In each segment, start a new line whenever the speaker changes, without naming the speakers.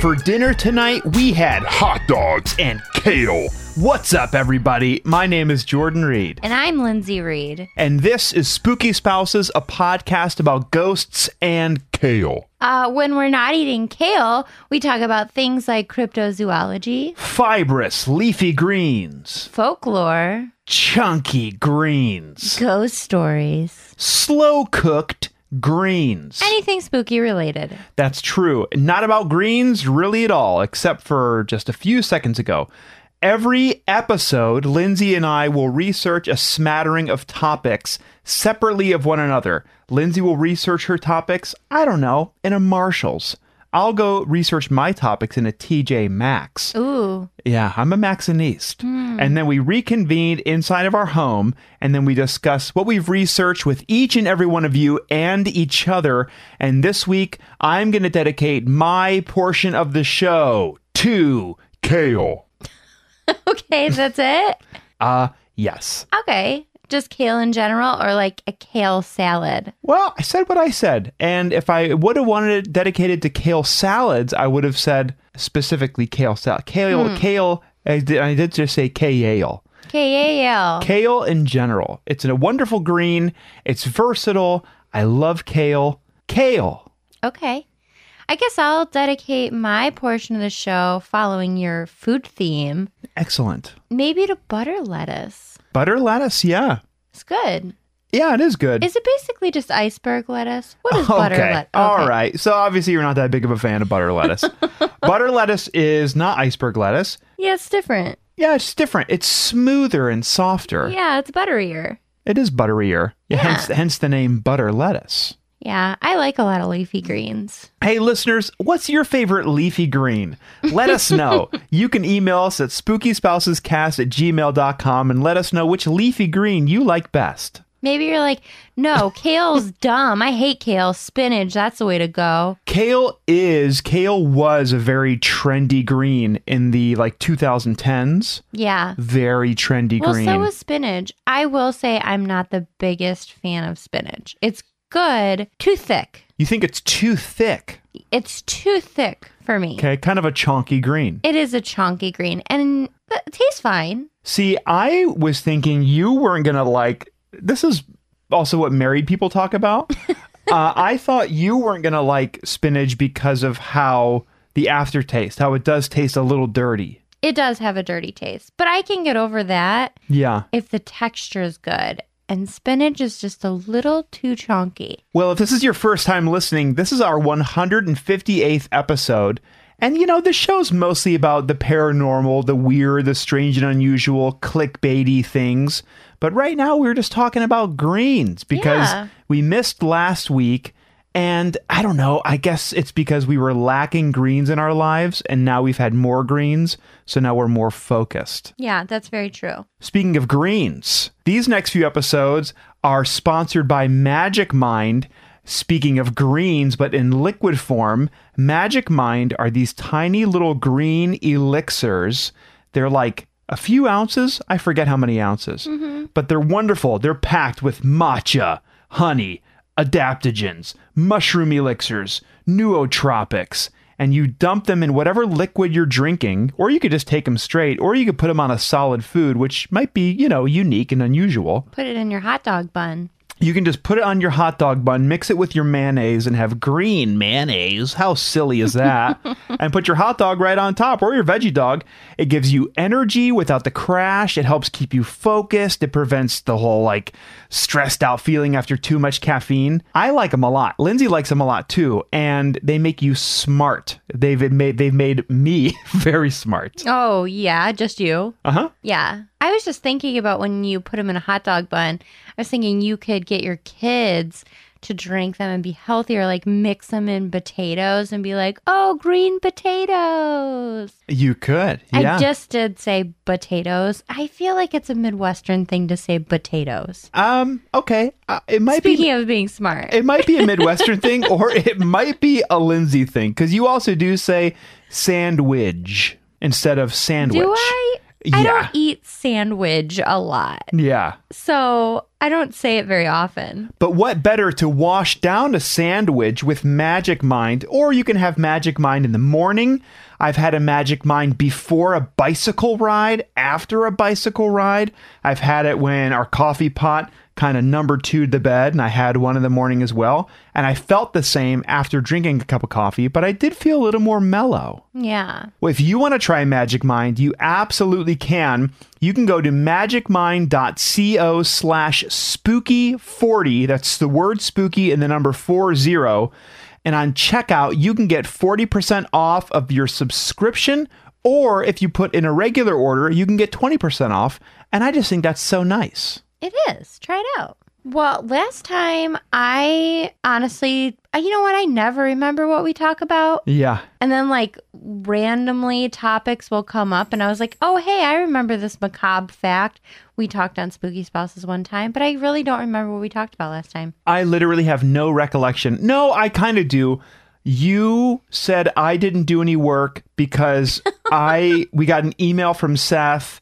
For dinner tonight, we had hot dogs and kale. What's up, everybody? My name is Jordan Reed,
And I'm Lindsay Reed.
and this is Spooky Spouses, a podcast about ghosts and kale.
Uh, when we're not eating kale, we talk about things like cryptozoology,
Fibrous, leafy greens,
folklore,
chunky greens,
ghost stories,
slow cooked greens.
anything spooky related.
That's true. Not about greens really at all, except for just a few seconds ago. Every episode, Lindsay and I will research a smattering of topics separately of one another. Lindsay will research her topics, I don't know, in a Marshalls. I'll go research my topics in a TJ Maxx.
Ooh,
Yeah, I'm a Maxinist. And then we reconvened inside of our home and then we discuss what we've researched with each and every one of you and each other. And this week, I'm going to dedicate my portion of the show to kale.
okay, that's it.
Uh, yes.
Okay, just kale in general, or like a kale salad.
Well, I said what I said. And if I would have wanted it dedicated to kale salads, I would have said specifically kale salad. Kale, kale, I did, I did just say kale.
K A L.
Kale in general. It's a wonderful green. It's versatile. I love kale. Kale.
Okay. I guess I'll dedicate my portion of the show following your food theme,
Excellent.
maybe to butter lettuce.
Butter lettuce, yeah.
It's good.
Yeah, it is good.
Is it basically just iceberg lettuce? What is butter
okay.
lettuce?
All right. So obviously you're not that big of a fan of butter lettuce. butter lettuce is not iceberg lettuce.
Yeah, it's different.
Yeah, it's different. It's smoother and softer.
Yeah, it's butterier.
It is butterier. Hence hence the name butter lettuce.
Yeah, I like a lot of leafy greens.
Hey, listeners, what's your favorite leafy green? Let us know. you can email us at spookyspousescast at gmail.com and let us know which leafy green you like best.
Maybe you're like, no, kale's dumb. I hate kale. Spinach, that's the way to go.
Kale is, kale was a very trendy green in the like 2010s.
Yeah.
Very trendy
Well,
green.
so is spinach. I will say I'm not the biggest fan of spinach. It's good, too thick.
you think it's too thick.
It's too thick for me.
Okay, kind of a chonky green.
It is a chunky green and it tastes fine.
See, I was thinking you weren't going to like this is also what married people talk about. uh, I thought you weren't going to like spinach because of how the aftertaste, how it does taste a little dirty.
It does have a dirty taste, but I can get over that.
Yeah.
if the texture is good. And spinach is just a little too chunky.
Well, if this is your first time listening, this is our 158th episode. And you know, this show's mostly about the paranormal, the weird, the strange and unusual, clickbaity things. But right now, we're just talking about greens because
Yeah.
we missed last week. And I don't know, I guess it's because we were lacking greens in our lives, and now we've had more greens. So now we're more focused.
Yeah, that's very true.
Speaking of greens, these next few episodes are sponsored by Magic Mind. Speaking of greens, but in liquid form, Magic Mind are these tiny little green elixirs. They're like a few ounces. I forget how many ounces, but they're wonderful. They're packed with matcha, honey, adaptogens, mushroom elixirs, nootropics, and you dump them in whatever liquid you're drinking, or you could just take them straight, or you could put them on a solid food, which might be, you know, unique and unusual.
Put it in your hot dog bun.
You can just put it on your hot dog bun, mix it with your mayonnaise, and have green mayonnaise. How silly is that? and put your hot dog right on top or your veggie dog. It gives you energy without the crash. It helps keep you focused. It prevents the whole like stressed out feeling after too much caffeine. I like them a lot. Lindsay likes them a lot too. And they make you smart. They've made, they've made me very smart.
Oh, yeah, just you.
Uh huh.
Yeah. I was just thinking about when you put them in a hot dog bun. I was thinking you could get your kids to drink them and be healthier, like mix them in potatoes and be like, oh, green potatoes.
You could. Yeah.
I just did say potatoes. I feel like it's a Midwestern thing to say potatoes.
um, okay. Uh, it might be.
Speaking of being smart.
It might be a Midwestern thing, or it might be a Lindsay thing, because you also do say sandwich instead of sandwich.
Do I?
Yeah.
I don't eat sandwich a lot,
yeah.
so I don't say it very often.
But what better to wash down a sandwich with Magic Mind? Or you can have Magic Mind in the morning. I've had a Magic Mind before a bicycle ride, after a bicycle ride. I've had it when our coffee pot kind of number two the bed, and I had one in the morning as well. And I felt the same after drinking a cup of coffee, but I did feel a little more mellow.
Yeah.
Well, if you want to try Magic Mind, you absolutely can. You can go to magicmind.co slash spooky40. That's the word spooky and the number 40. And on checkout, you can get 40% off of your subscription. Or if you put in a regular order, you can get 20% off. And I just think that's so nice.
It is. Try it out. Well, last time I honestly, I- you know what? I never remember what we talk about.
Yeah.
And then, like, randomly topics will come up. And I was like, oh, hey, I remember this macabre fact. We talked on spooky spouses one time, but I really don't remember what we talked about last time.
I literally have no recollection. No, I kind of do. You said I didn't do any work because I we got an email from Seth.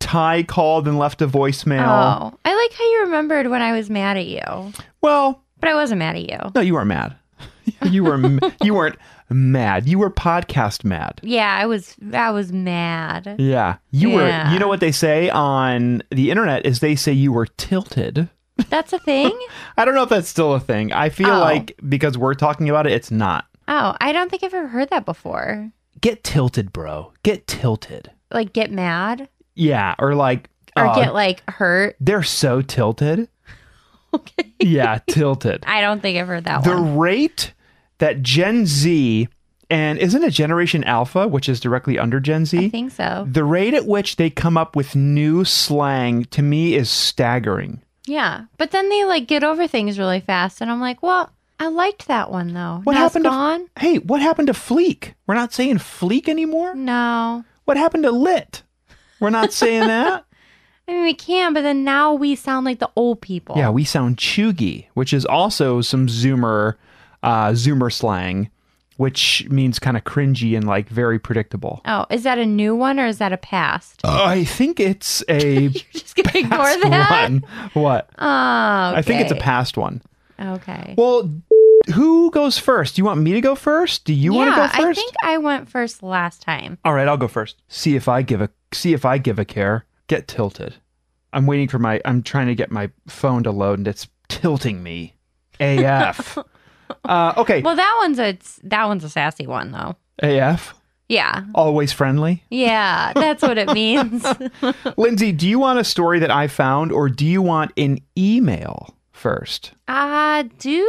Ty called and left a voicemail.
Oh, I like how you remembered when I was mad at you,
Well,
but I wasn't mad at you.
no, you weren't mad. you were m- you weren't mad. You were podcast mad.
Yeah, I was. I was mad.
Yeah. You
Yeah.
were you know what they say on the internet is they say you were tilted.
That's a thing.
I don't know if that's still a thing. I feel
Oh.
like because we're talking about it it's not.
Oh, I don't think I've ever heard that before.
Get tilted, bro. Get tilted.
Like, get mad
Yeah, or like
or
uh,
get like hurt.
they're so tilted.
Okay.
Yeah, tilted.
I don't think I've heard that
The
one.
rate that Gen Z and isn't it Generation Alpha, which is directly under Gen
I
Z?
think so.
The rate at which they come up with new slang to me is staggering.
Yeah. But then they like get over things really fast. And I'm like, well, I liked that one though.
What
Now it's
happened to-
gone?
Hey, what happened to fleek? We're not saying fleek anymore?
Mm. No.
What happened to lit? We're not saying that.
I mean, we can, but then now we sound like the old people.
Yeah, we sound chuggy, which is also some Zoomer, uh, Zoomer slang, which means kind of cringy and like very predictable.
Oh, is that a new one or is that a past?
I think it's a
You're just going to Uh. ignore
past
that?
one. What?
Oh,
I think it's a
okay.
past one.
Okay.
Well, who goes first? Do you want me to go first? Do you want
yeah,
to go
I
first?
think I went first last time.
All right, I'll go first. See if I give a see if I give a care. Get tilted. I'm waiting for my I'm trying to get my phone to load and it's tilting me. AF. uh, okay.
Well, that one's a that one's a sassy one though.
AF.
Yeah.
Always friendly.
Yeah, that's what it means.
Lindsay, do you want a story that I found or do you want an email first?
Uh, do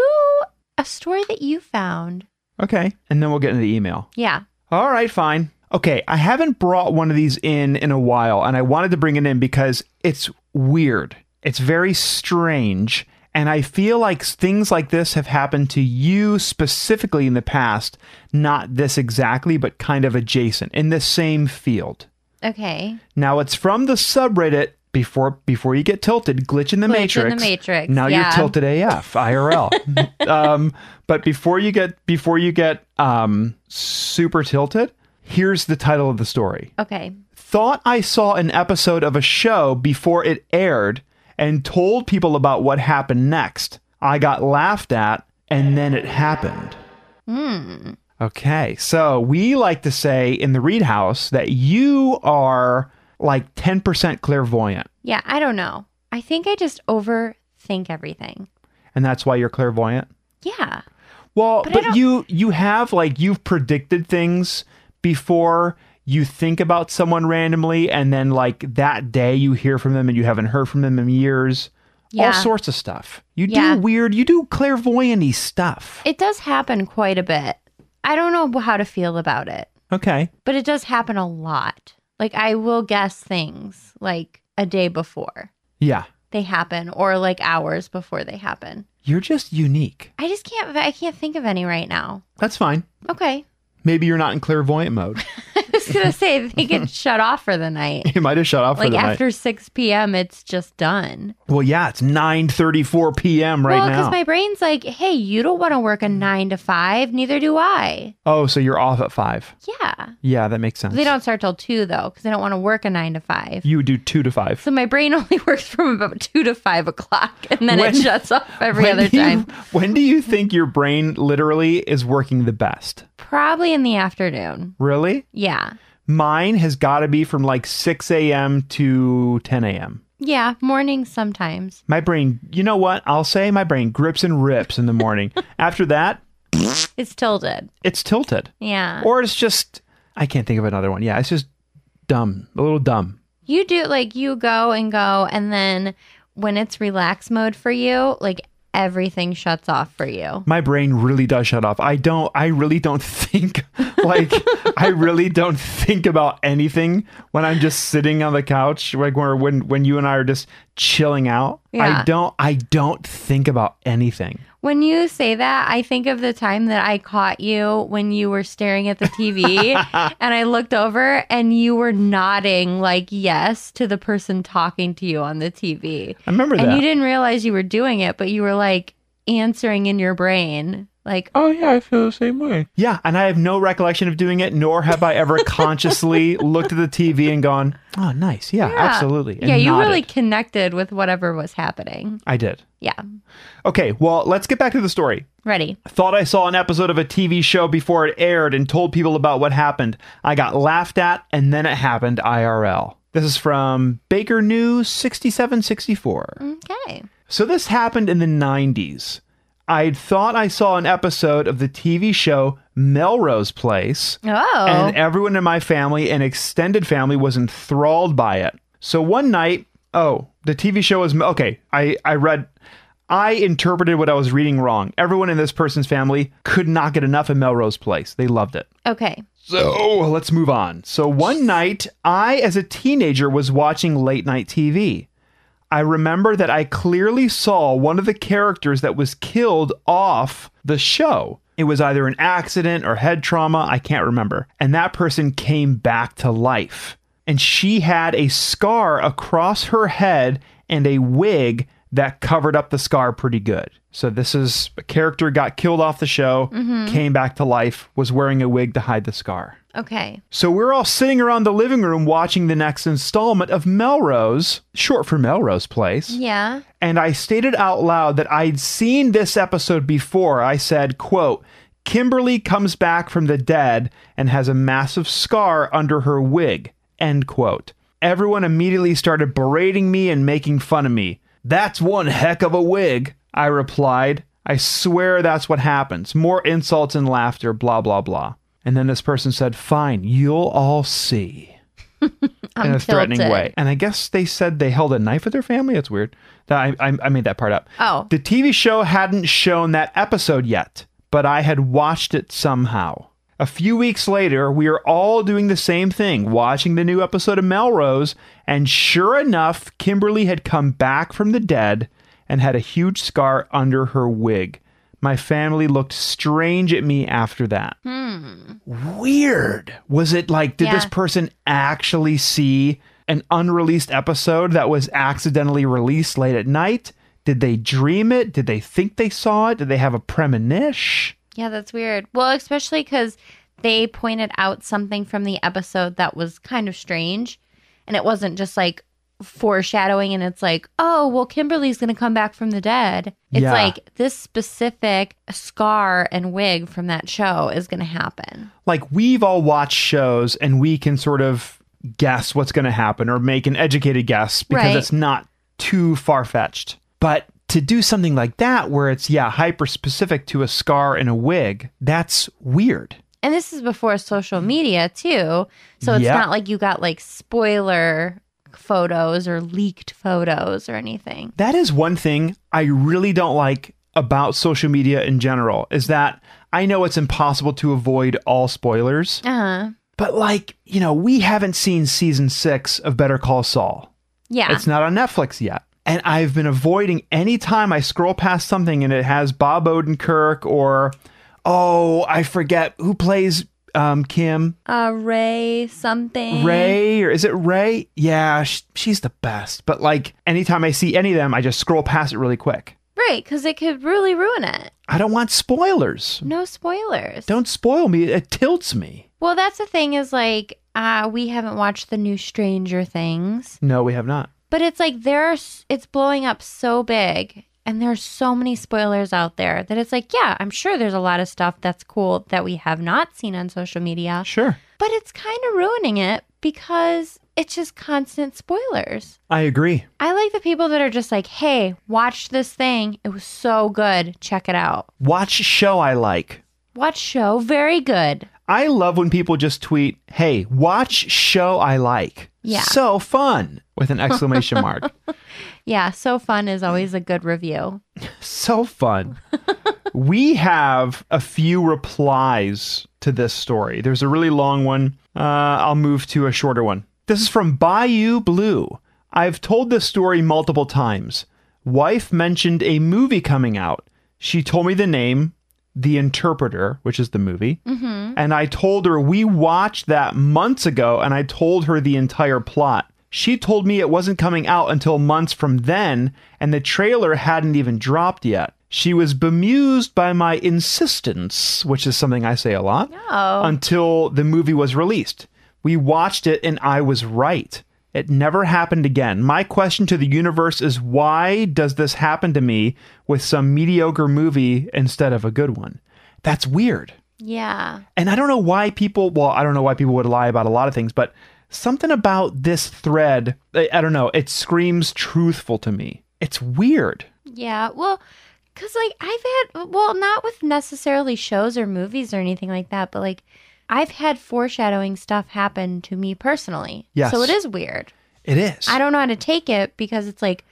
a story that you found.
Okay. And then we'll get into the email.
Yeah.
All right, fine. Okay, I haven't brought one of these in in a while, and I wanted to bring it in because it's weird. It's very strange, and I feel like things like this have happened to you specifically in the past. Not this exactly, but kind of adjacent in the same field.
Okay.
Now it's from the subreddit before before you get tilted, glitch in the
Glitch in the
matrix.
Matrix,
Now
yeah.
you're tilted AF IRL. um, but before you get before you get um, super tilted, here's the title of the story.
Okay.
Thought I saw an episode of a show before it aired and told people about what happened next. I got laughed at and then it happened.
Hmm.
Okay, so we like to say in the Reed House that you are like 10% clairvoyant,
Yeah, I don't know. I think I just overthink everything.
and that's why you're clairvoyant.
Yeah.
Well,
But I
but,
don't-
you you have like you've predicted things before you think about someone randomly, and then like that day you hear from them and you haven't heard from them in years.
Yeah.
All sorts of stuff. You
Yeah.
do weird, you do clairvoyanty stuff.
It does happen quite a bit. I don't know how to feel about it,
okay.
but it does happen a lot. Like I will guess things like a day before
Yeah.
they happen or like hours before they happen.
You're just unique.
I just can't I can't think of any right now.
That's fine.
Okay.
Maybe you're not in clairvoyant mode.
I was was gonna say they get shut off for the night.
It might have shut off for
Like
the night.
after six p.m., it's just done.
Well, yeah, it's 9:34 p.m. right
well,
now.
because my brain's like, hey, you don't want to work a nine to five. Neither do I.
oh, so you're off at 5.
Yeah,
Yeah, that makes sense.
they don't start till two though, because I don't want to work a nine to five.
you would do 2 to 5.
So my brain only works from about two to five o'clock, and then
When-
it shuts off every
When
other
do you-
time.
when do you think your brain literally is working the best?
Probably in the afternoon.
Really?
Yeah,
Mine has got to be from like 6 a.m. to 10 a.m.
yeah, mornings sometimes.
My brain, you know what? I'll say my brain grips and rips in the morning. After that,
It's tilted.
it's tilted.
Yeah,
Or it's just, I can't think of another one. Yeah, it's just dumb, a little dumb.
you do like you go and go, and then when it's relax mode for you, like everything shuts off for you.
my brain really does shut off. I don't I really don't think like I really don't think about anything when I'm just sitting on the couch like when when when you and I are just chilling out. I
Yeah.
don't I don't think about anything.
When you say that, I think of the time that I caught you when you were staring at the TV and I looked over and you were nodding like yes to the person talking to you on the TV.
I remember
And
that.
you didn't realize you were doing it, but you were like answering in your brain, like, "Ah."
Oh yeah, I feel the same way.
yeah, and I have no recollection of doing it nor have I ever consciously looked at the TV and gone, "Oh, nice. Yeah,
Yeah.
absolutely." and
yeah, you
nodded.
really connected with whatever was happening.
I did.
Yeah.
Okay, well, let's get back to the story.
Ready.
Thought I saw an episode of a TV show before it aired and told people about what happened. I got laughed at and then it happened IRL. This is from Baker News 6764.
Okay.
So this happened in the 90s. I thought I saw an episode of the TV show Melrose Place
Oh.
and everyone in my family and extended family was enthralled by it. So one night, oh, the TV show was okay. I I read I interpreted what I was reading wrong. Everyone in this person's family could not get enough of Melrose Place. They loved it.
okay.
So Oh, let's move on. So one night, I, as a teenager, was watching late night TV. I remember that I clearly saw one of the characters that was killed off the show. It was either an accident or head trauma, I can't remember. And that person came back to life. And she had a scar across her head and a wig that covered up the scar pretty good. So this is a character got killed off the show, came back to life, was wearing a wig to hide the scar.
Okay.
So we're all sitting around the living room watching the next installment of Melrose, short for Melrose Place.
Yeah.
And I stated out loud that I'd seen this episode before. I said, quote, Kimberly comes back from the dead and has a massive scar under her wig, end quote. Everyone immediately started berating me and making fun of me. That's one heck of a wig, I replied. I swear that's what happens. More insults and laughter, blah, blah, blah. And then this person said, Fine, you'll all see
I'm
in a threatening
tilted.
way. And I guess they said they held a knife at their family. That's weird. That I, I, I made that part up.
Oh.
The TV show hadn't shown that episode yet, but I had watched it somehow. A few weeks later, we are all doing the same thing, watching the new episode of Melrose, and sure enough, Kimberly had come back from the dead and had a huge scar under her wig. My family looked strange at me after that weird. Was it like, did this
Yeah.
person actually see an unreleased episode that was accidentally released late at night? Did they dream it? Did they think they saw it? Did they have a premonition?
Yeah, that's weird. Well, especially because they pointed out something from the episode that was kind of strange. And it wasn't just like foreshadowing and it's like, oh, well, Kimberly's going to come back from the dead. It's
Yeah.
like this specific scar and wig from that show is going to happen.
Like, we've all watched shows and we can sort of guess what's going to happen or make an educated guess because
Right.
it's not too far fetched. But to do something like that, where it's, yeah, hyper specific to a scar and a wig, that's weird.
And this is before social media, too. So it's
Yeah.
not like you got like spoiler photos or leaked photos or anything.
That is one thing I really don't like about social media in general is that I know it's impossible to avoid all spoilers,
Uh huh.
but like, you know, we haven't seen season 6 of Better Call Saul.
Yeah.
It's not on Netflix yet. And I've been avoiding any time I scroll past something and it has Bob Odenkirk or oh, I forget who plays um, Kim?
Uh, Ray something.
Ray or is it Ray? Yeah, sh- she's the best. But like anytime I see any of them, I just scroll past it really quick.
Right, because it could really ruin it.
I don't want spoilers.
No spoilers.
Don't spoil me. It tilts me.
Well, that's the thing is like, uh, we haven't watched the new Stranger Things,
No, we have not.
but it's like there's it's blowing up so big, and there's so many spoilers out there that it's like, yeah, I'm sure there's a lot of stuff that's cool that we have not seen on social media,
Sure.
but it's kind of ruining it because it's just constant spoilers.
I agree.
I like the people that are just like, hey, watch this thing. It was so good. Check it out.
Watch a show I like.
Watch show. Very good.
I love when people just tweet, "Hey, watch show I like."
Yeah.
So fun with an exclamation mark.
Yeah, so fun is always a good review.
so fun. we have a few replies to this story. There's a really long one. Uh, I'll move to a shorter one. This is from Bayou Blue. I've told this story multiple times. Wife mentioned a movie coming out. She told me the name, The Interpreter, which is the movie. Mm-hmm. And I told her we watched that months ago and I told her the entire plot. She told me it wasn't coming out until months from then and the trailer hadn't even dropped yet. She was bemused by my insistence, which is something I say a lot,
Oh.
until the movie was released. We watched it and I was right. It never happened again. My question to the universe is why does this happen to me with some mediocre movie instead of a good one? That's weird.
Yeah.
And I don't know why people, well, I don't know why people would lie about a lot of things, but something about this thread, I, I don't know, it screams truthful to me. It's weird.
Yeah. Well, because like I've had, well, not with necessarily shows or movies or anything like that, but like I've had foreshadowing stuff happen to me personally.
Yes.
So it is weird.
It is.
I don't know how to take it because it's like,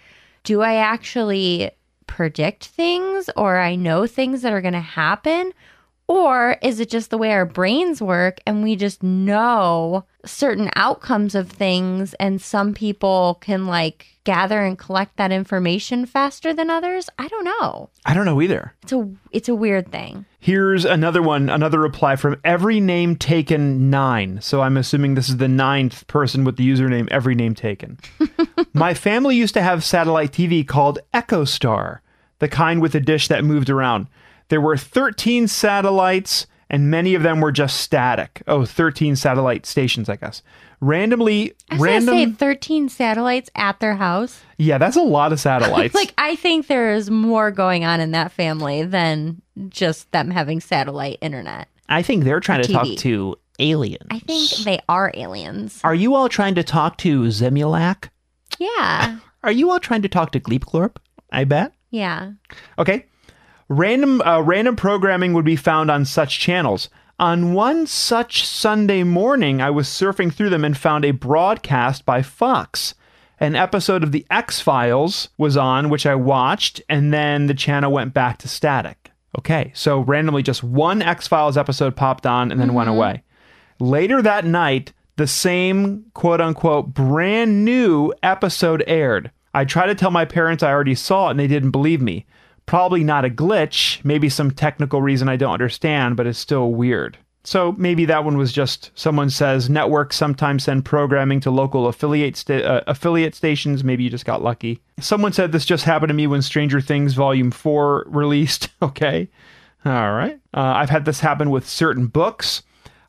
do I actually predict things or I know things that are going to happen? Or is it just the way our brains work and we just know certain outcomes of things and some people can like gather and collect that information faster than others? I don't know.
I don't know either.
It's a it's a weird thing.
Here's another one, another reply from every name taken nine. So I'm assuming this is the ninth person with the username every name taken. My family used to have satellite TV called Echo Star, the kind with a dish that moved around. There were 13 satellites, and many of them were just static. Oh, 13 satellite stations, I guess. Randomly,
I was
random.
gonna say 13 satellites at their house.
yeah, that's a lot of satellites.
Like I think there is more going on in that family than just them having satellite internet.
I think they're trying
to talk TV.
to aliens.
I think they are aliens.
Are you all trying to talk to Zemulak?
Yeah.
Are you all trying to talk to Gleepglorp? I bet.
Yeah.
Okay. Random uh, random programming would be found on such channels. On one such Sunday morning, I was surfing through them and found a broadcast by Fox. An episode of The X Files was on, which I watched, and then the channel went back to static. Okay, so randomly just one X Files episode popped on and then went away. Later that night, the same quote unquote brand new episode aired. I tried to tell my parents I already saw it and they didn't believe me. Probably not a glitch, maybe some technical reason I don't understand, but it's still weird. So maybe that one was just someone says networks sometimes send programming to local affiliate sta- uh, affiliate stations. Maybe you just got lucky. Someone said this just happened to me when Stranger Things Volume Four released. okay, all right. Uh, I've had this happen with certain books.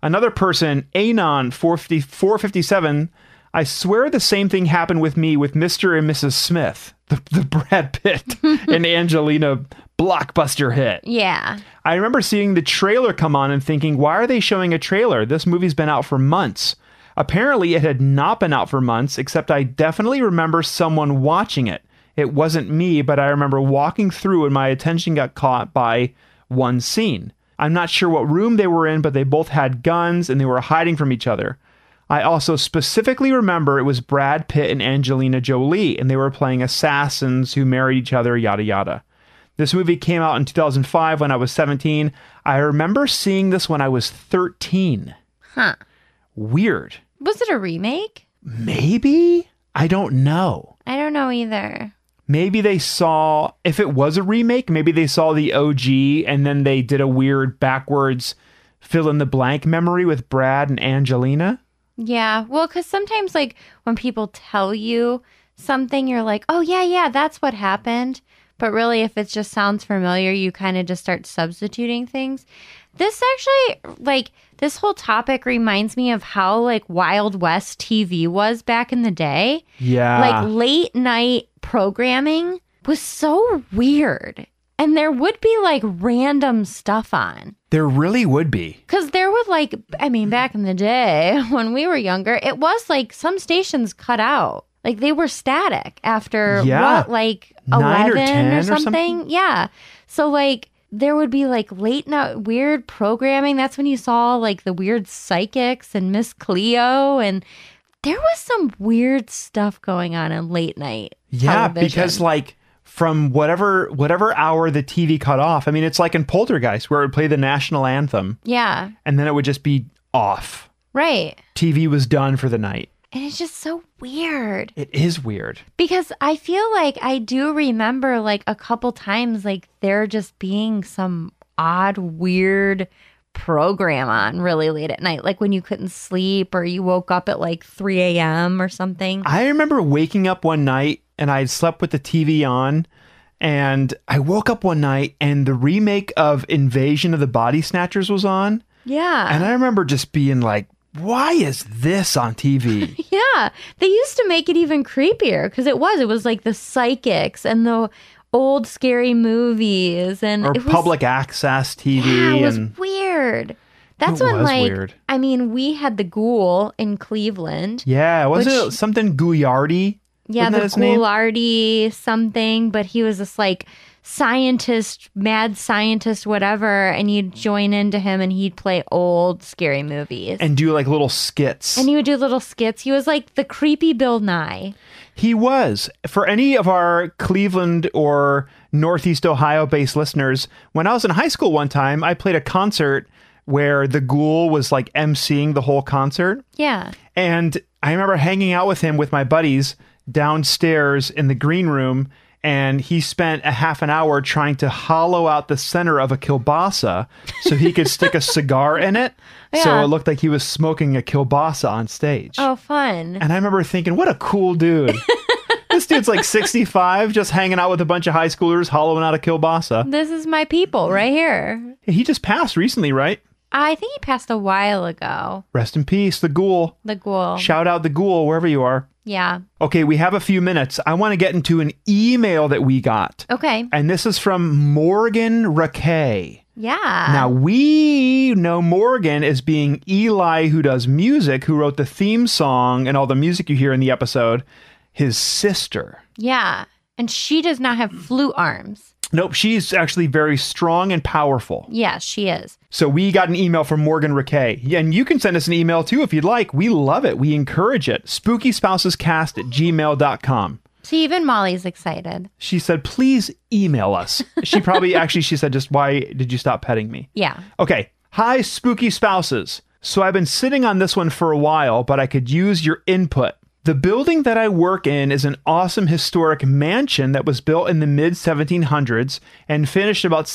Another person, Anon 450, 457, I swear the same thing happened with me with Mr. and Mrs. Smith, the, the Brad Pitt and Angelina blockbuster hit.
Yeah.
I remember seeing the trailer come on and thinking, why are they showing a trailer? This movie's been out for months. Apparently, it had not been out for months, except I definitely remember someone watching it. It wasn't me, but I remember walking through and my attention got caught by one scene. I'm not sure what room they were in, but they both had guns and they were hiding from each other. I also specifically remember it was Brad Pitt and Angelina Jolie, and they were playing assassins who married each other, yada yada. This movie came out in 2005 when I was 17. I remember seeing this when I was 13.
Huh.
Weird.
Was it a remake?
Maybe? I don't know.
I don't know either.
Maybe they saw, if it was a remake, maybe they saw the OG and then they did a weird backwards fill in the blank memory with Brad and Angelina.
Yeah. Well, because sometimes, like, when people tell you something, you're like, oh, yeah, yeah, that's what happened. But really, if it just sounds familiar, you kind of just start substituting things. This actually, like, this whole topic reminds me of how, like, Wild West TV was back in the day.
Yeah.
Like, late night programming was so weird. And there would be, like, random stuff on.
there really would be.
Because there was like, I mean, back in the day when we were younger, it was like some stations cut out. Like they were static after
Yeah.
what, like
Nine or
11
10 or
or, something?
something?
Yeah. So like there would be like late night weird programming. That's when you saw like the weird psychics and Miss Cleo. And there was some weird stuff going on in late night.
Yeah, because
television.
like from whatever whatever hour the TV cut off. I mean, it's like in Poltergeist where it would play the national anthem
yeah,
and then it would just be off.
right.
TV was done for the night.
And it's just so weird.
It is weird.
Because I feel like I do remember like a couple times like there just being some odd weird program on really late at night, like when you couldn't sleep or you woke up at like 3 a.m. or something.
I remember waking up one night and I had slept with the TV on. And I woke up one night and the remake of Invasion of the Body Snatchers was on.
yeah.
And I remember just being like, why is this on TV?
Yeah. They used to make it even creepier because it was. It was like the psychics and the old scary movies and
or
it was,
public access TV.
Yeah, it was
and
weird. That's
It
when
was
like
weird.
I mean, we had the ghoul in Cleveland.
yeah, was
Which-
it something Gouliardi?
Yeah,
Wasn't that
the
his name?
Goulardi something, but he was this like scientist, mad scientist, whatever, and you'd join into him and he'd play old scary movies. And-
And do like little skits.
he would do little skits. He was like the creepy Bill Nye.
He was. For any of our Cleveland or Northeast Ohio based listeners, when I was in high school one time, I played a concert where the ghoul was like emceeing the whole concert.
Yeah.
And I remember hanging out with him with my buddies downstairs in the green room. And he spent a half an hour trying to hollow out the center of a kielbasa so he could stick a cigar in it. So
Yeah.
it looked like he was smoking a kielbasa on stage.
Oh, fun.
And I remember thinking, what a cool dude. this dude's like 65, just hanging out with a bunch of high schoolers, hollowing out a kielbasa.
This is my people right here.
He just passed recently, right?
I think he passed a while ago,
Rest in peace, the ghoul.
the ghoul.
Shout out the ghoul, wherever you are.
yeah.
Okay, we have a few minutes. I want to get into an email that we got.
Okay.
And this is from Morgan Raquet.
Yeah.
Now, we know Morgan as being Eli, who does music, who wrote the theme song and all the music you hear in the episode, his sister.
Yeah. And she does not have flute arms.
Nope, she's actually very strong and powerful.
Yes, she is.
So we got an email from Morgan Riquet. And you can send us an email too if you'd like. We love it. We encourage it. SpookySpousesCast at gmail.com.
See, even Molly's excited.
She said, please email us. She probably actually she said, just why did you stop petting me?
Yeah.
Okay. Hi, spooky spouses. So I've been sitting on this one for a while, but I could use your input. The building that I work in is an awesome historic mansion that was built in the mid 1700s and finished about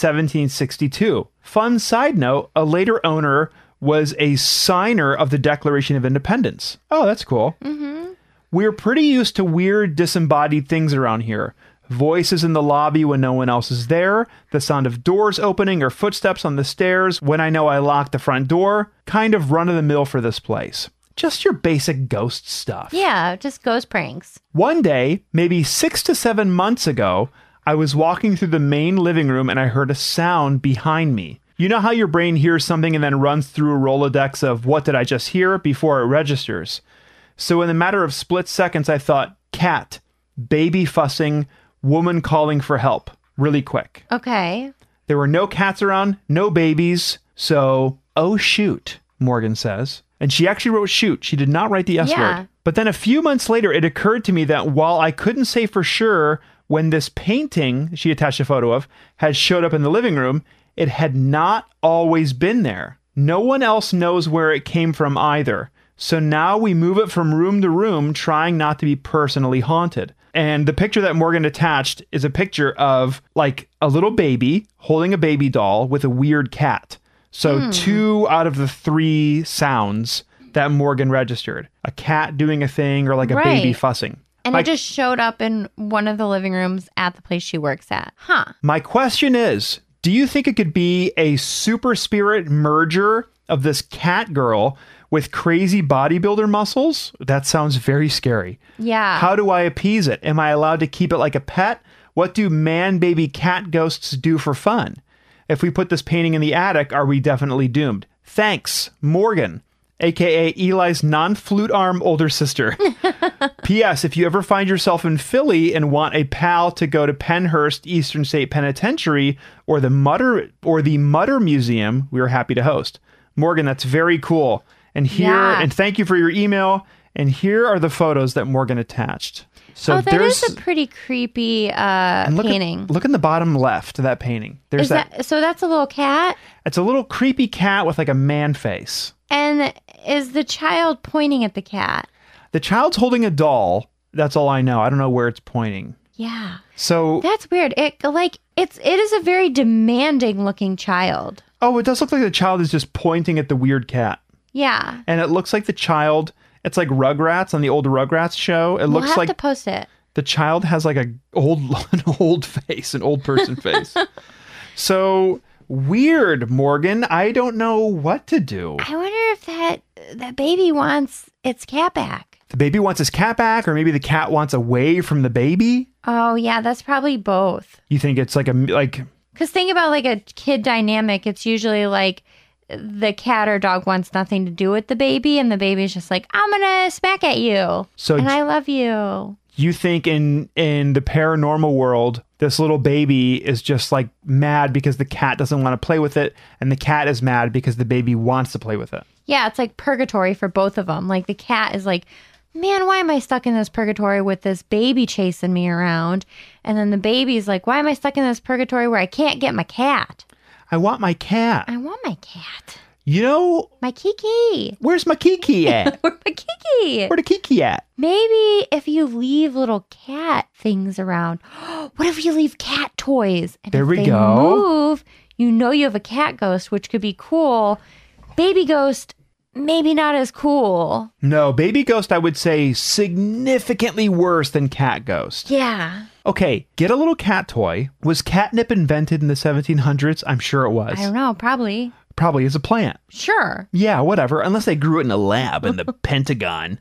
1762. Fun side note a later owner was a signer of the Declaration of Independence. Oh, that's cool. We're pretty used to weird disembodied things around here. Voices in the lobby when no one else is there, the sound of doors opening or footsteps on the stairs when I know I locked the front door. Kind of run of the mill for this place. Just your basic ghost stuff.
Yeah, just ghost pranks.
One day, maybe six to seven months ago, I was walking through the main living room and I heard a sound behind me. You know how your brain hears something and then runs through a Rolodex of what did I just hear before it registers? So, in the matter of split seconds, I thought cat, baby fussing, woman calling for help really quick.
Okay.
There were no cats around, no babies. So, oh shoot, Morgan says. And she actually wrote shoot. She did not write the S
Yeah.
word. But then a few months later, it occurred to me that while I couldn't say for sure when this painting she attached a photo of had showed up in the living room, it had not always been there. No one else knows where it came from either. So now we move it from room to room, trying not to be personally haunted. And the picture that Morgan attached is a picture of like a little baby holding a baby doll with a weird cat. So, two out of the three sounds that Morgan registered a cat doing a thing or like a baby
Right.
fussing.
And
my,
it just showed up in one of the living rooms at the place she works at. Huh.
my question is do you think it could be a super spirit merger of this cat girl with crazy bodybuilder muscles? That sounds very scary.
Yeah.
How do I appease it? Am I allowed to keep it like a pet? What do man, baby, cat ghosts do for fun? If we put this painting in the attic, are we definitely doomed? Thanks, Morgan, aka Eli's non flute arm older sister. P.S. If you ever find yourself in Philly and want a pal to go to Pennhurst Eastern State Penitentiary or the Mutter or the Mutter Museum, we are happy to host. Morgan, that's very cool. And here
Yeah.
and thank you for your email. And here are the photos that Morgan attached. So
oh, that
there's
is a pretty creepy uh,
and look at-
painting.
look in the bottom left of that painting. There's
is that, so? That's a little cat,
It's a little creepy cat with like a man face.
and is the child pointing at the cat?
The child's holding a doll. That's all I know. I don't know where it's pointing.
Yeah,
So
that's weird. It like it's it is a very demanding looking child.
oh, it does look like the child is just pointing at the weird cat.
Yeah,
and it looks like the child it's like rugrats on the old rugrats show it
we'll
looks
have
like
to post it.
the child has like a old an old face an old person face so weird morgan i don't know what to do
I wonder if that that baby wants its cat back.
the baby wants his cat back or maybe the cat wants away from the baby
Oh yeah, that's probably both.
you think it's like a like
Because think about like a kid dynamic. It's usually like the cat or dog wants nothing to do with the baby, and the baby's just like, "I'm gonna smack at you,
so
and I love you."
you think in in the paranormal world this little baby is just like mad because the cat doesn't want to play with it and the cat is mad because the baby wants to play with it
Yeah, it's like purgatory for both of them. Like the cat is like, "Man, why am I stuck in this purgatory with this baby chasing me around?" And then the baby's like, "Why am I stuck in this purgatory where I can't get my cat?
i want my cat
I want my cat,
you know
my Kiki,
Where's my Kiki at?
or my Kiki."
Where the Kiki at?
Maybe if you leave little cat things around. what if you leave cat toys? And
There
if
we
they
go.
Move, you know you have a cat ghost, which could be cool. Baby ghost, maybe not as cool.
No, baby ghost, I would say significantly worse than cat ghost.
Yeah,
Okay, get a little cat toy. Was catnip invented in the 1700s? I'm sure it was.
I don't know. Probably.
Probably as a plant.
Sure.
Yeah, whatever. Unless they grew it in a lab in the Pentagon.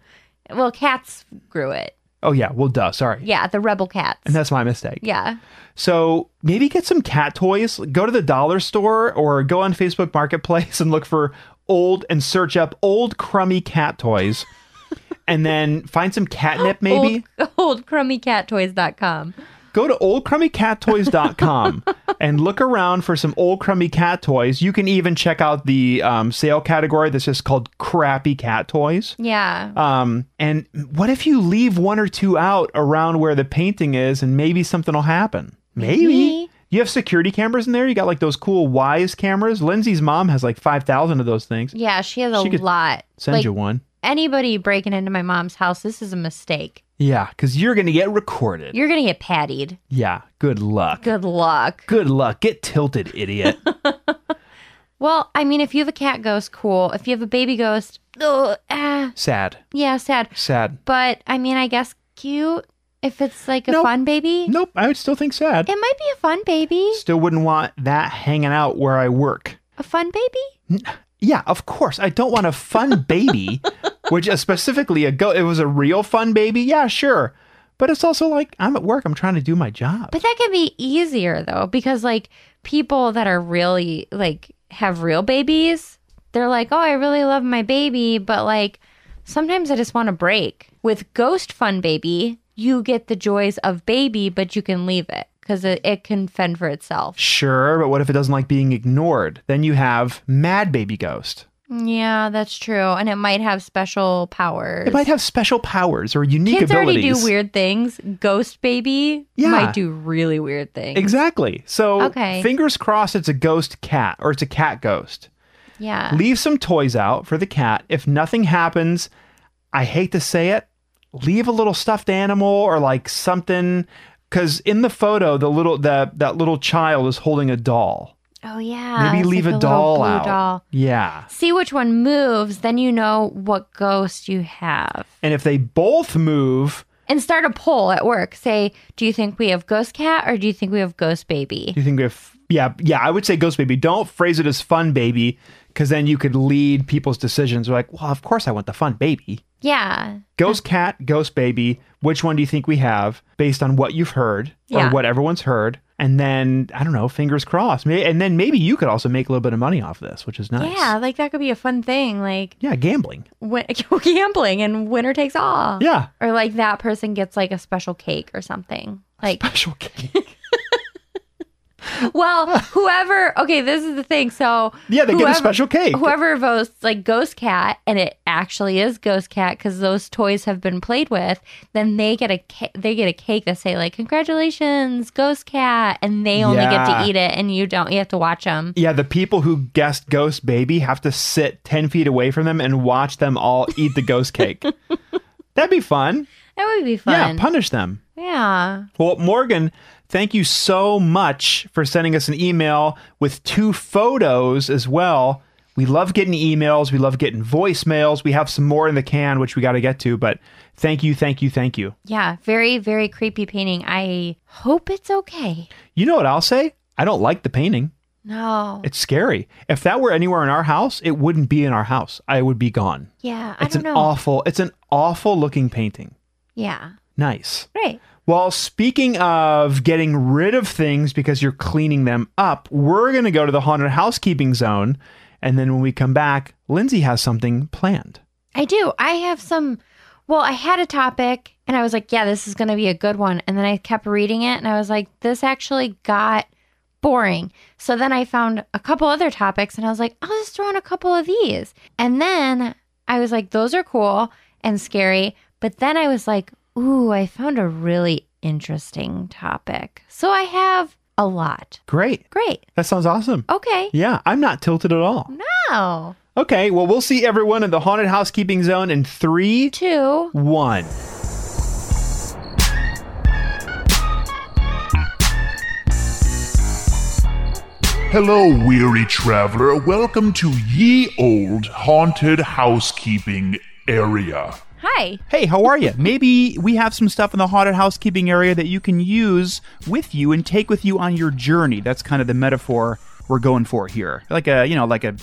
Well, cats grew it.
Oh, yeah, well, duh, sorry.
Yeah, the rebel cats.
And that's my mistake.
yeah.
So maybe get some cat toys. Go to the dollar store or go on Facebook Marketplace and look for old and search up old crummy cat toys. and then find some catnip maybe.
Old, old crummycattoys.com.
go to oldcrummycattoys.com and look around for some old crummy cat toys. You can even check out the um, sale category that's just called crappy cat toys.
Yeah.
Um, and what if you leave one or two out around where the painting is and maybe something will happen? Maybe.
Maybe.
You have security cameras in there? You got like those cool Wise cameras? Lindsay's mom has like 5,000 of those things.
yeah, she has a
she could
lot.
Send
like
you one.
anybody breaking into my mom's house, this is a mistake.
Yeah, because you're going to get recorded.
You're gonna get pattied.
yeah, good luck.
Good luck.
Good luck. Get tilted, idiot.
Well, I mean, if you have a cat ghost, cool. If you have a baby ghost, ugh, ah,
Sad.
yeah, sad.
Sad.
But I mean, I guess cute. If it's like a
Nope.
fun baby,
Nope, I would still think sad.
it might be a fun baby.
Still wouldn't want that hanging out where I work.
A fun baby.
Yeah, of course. I don't want a fun baby, which is specifically a go. It was a real fun baby. Yeah, sure. But it's also like I'm at work. I'm trying to do my job.
But that can be easier though, because like people that are really like have real babies, they're like, oh, I really love my baby, but like sometimes I just want a break. With Ghost Fun Baby, you get the joys of baby, but you can leave it because it, it can fend for itself.
Sure, but what if it doesn't like being ignored? Then you have Mad Baby Ghost.
Yeah, that's true, and it might have special powers.
It might have special powers or unique
Kids already
abilities.
do weird things. Ghost Baby
Yeah.
might do really weird things.
Exactly. So,
Okay.
fingers crossed it's a ghost cat or it's a cat ghost.
yeah.
Leave some toys out for the cat. If nothing happens, I hate to say it, leave a little stuffed animal or like something cuz in the photo the little the that little child is holding a doll.
Oh yeah.
Maybe
it's
leave
like
a
the little
doll
blue
out.
doll.
Yeah.
See which one moves, then you know what ghost you have.
And if they both move,
And start a poll at work. Say, do you think we have ghost cat or do you think we have ghost baby?
do you think we have? Yeah, yeah. I would say ghost baby. Don't phrase it as fun baby, because then you could lead people's decisions. They're like, well, of course I want the fun baby.
Yeah.
Ghost cat, ghost baby. Which one do you think we have, based on what you've heard or
Yeah.
what everyone's heard? And then I don't know. Fingers crossed. May- And then maybe you could also make a little bit of money off this, which is nice.
Yeah, like that could be a fun thing. Like
Yeah, gambling.
win- gambling and winner takes all.
Yeah.
Or like that person gets like a special cake or something. Like,
Special cake.
well, whoever, okay, this is the thing. So,
Yeah, they get
whoever-
a special cake.
Whoever votes like Ghost Cat, and it actually is Ghost Cat because those toys have been played with, then they get a ca- they get a cake that say like "Congratulations, Ghost Cat," and they only get
Yeah.
to eat it, and you don't. You have to watch them.
Yeah, the people who guessed ghost baby have to sit 10 feet away from them and watch them all eat the ghost cake. That'd be fun.
That would be
Yeah,
fun.
punish them.
Yeah.
Well, Morgan, thank you so much for sending us an email with two photos as well. We love getting emails, we love getting voicemails. We have some more in the can, which we got to get to, but thank you, thank you, thank you.
Yeah. Very very creepy painting. I hope it's okay.
You know what I'll say? I don't like the painting.
No.
It's scary. If that were anywhere in our house, it wouldn't be in our house. I would be gone.
yeah. I
It's
don't
an
know.
awful it's an awful looking painting.
yeah.
Nice.
Right.
Well, speaking of getting rid of things because you're cleaning them up, we're going to go to the haunted housekeeping zone and then when we come back, Lindsay has something planned.
I do. I have some. Well, I had a topic and I was like, yeah, this is going to be a good one. And then I kept reading it and I was like, this actually got boring. So then I found a couple other topics and I was like, I'll just throw in a couple of these. And then I was like, those are cool and scary. But then I was like, ooh, I found a really interesting topic. So I have a lot.
Great.
Great.
That sounds awesome.
Okay.
Yeah, I'm not tilted at all.
Now,
Okay, well, we'll see everyone in the haunted housekeeping zone in three,
two.
one.
Hello, weary traveler. Welcome to ye old haunted housekeeping area.
Hi.
Hey, how are you? Maybe we have some stuff in the haunted housekeeping area that you can use with you and take with you on your journey. That's kind of the metaphor we're going for here. Like a, you know, like a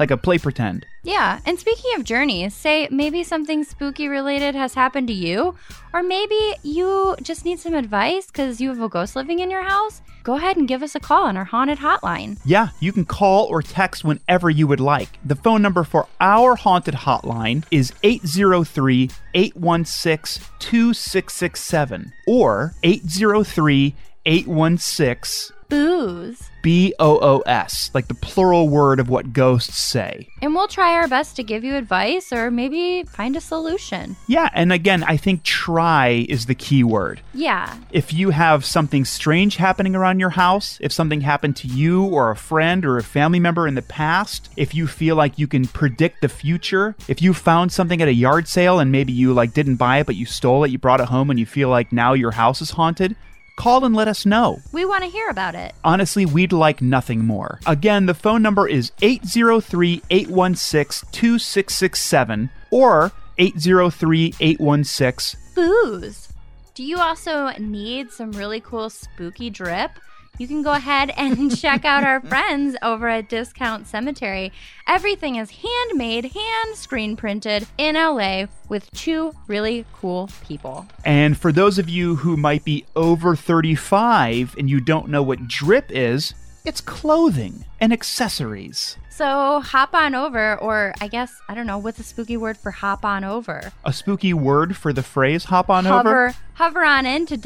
like a play pretend.
Yeah, and speaking of journeys, say maybe something spooky related has happened to you, or maybe you just need some advice because you have a ghost living in your house. Go ahead and give us a call on our haunted hotline.
Yeah, you can call or text whenever you would like. The phone number for our haunted hotline is 803 816 2667 or 803 816
Booze.
BOOS, like the plural word of what ghosts say.
And we'll try our best to give you advice or maybe find a solution.
Yeah, and again, I think try is the key word.
Yeah,
If you have something strange happening around your house, if something happened to you or a friend or a family member in the past, if you feel like you can predict the future, if you found something at a yard sale and maybe you like didn't buy it but you stole it, you brought it home and you feel like now your house is haunted, call and let us know.
we want to hear about it.
Honestly, we'd like nothing more. Again, the phone number is 803 816 2667 or 803 816
Booze. Do you also need some really cool spooky drip? You can go ahead and check out our friends over at Discount Cemetery. Everything is handmade, hand screen printed in LA with two really cool people.
And for those of you who might be over 35 and you don't know what drip is, it's clothing and accessories.
So hop on over, or I guess, I don't know, what's a spooky word for hop on over?
A spooky word for the phrase hop on over.
Hover, hover on into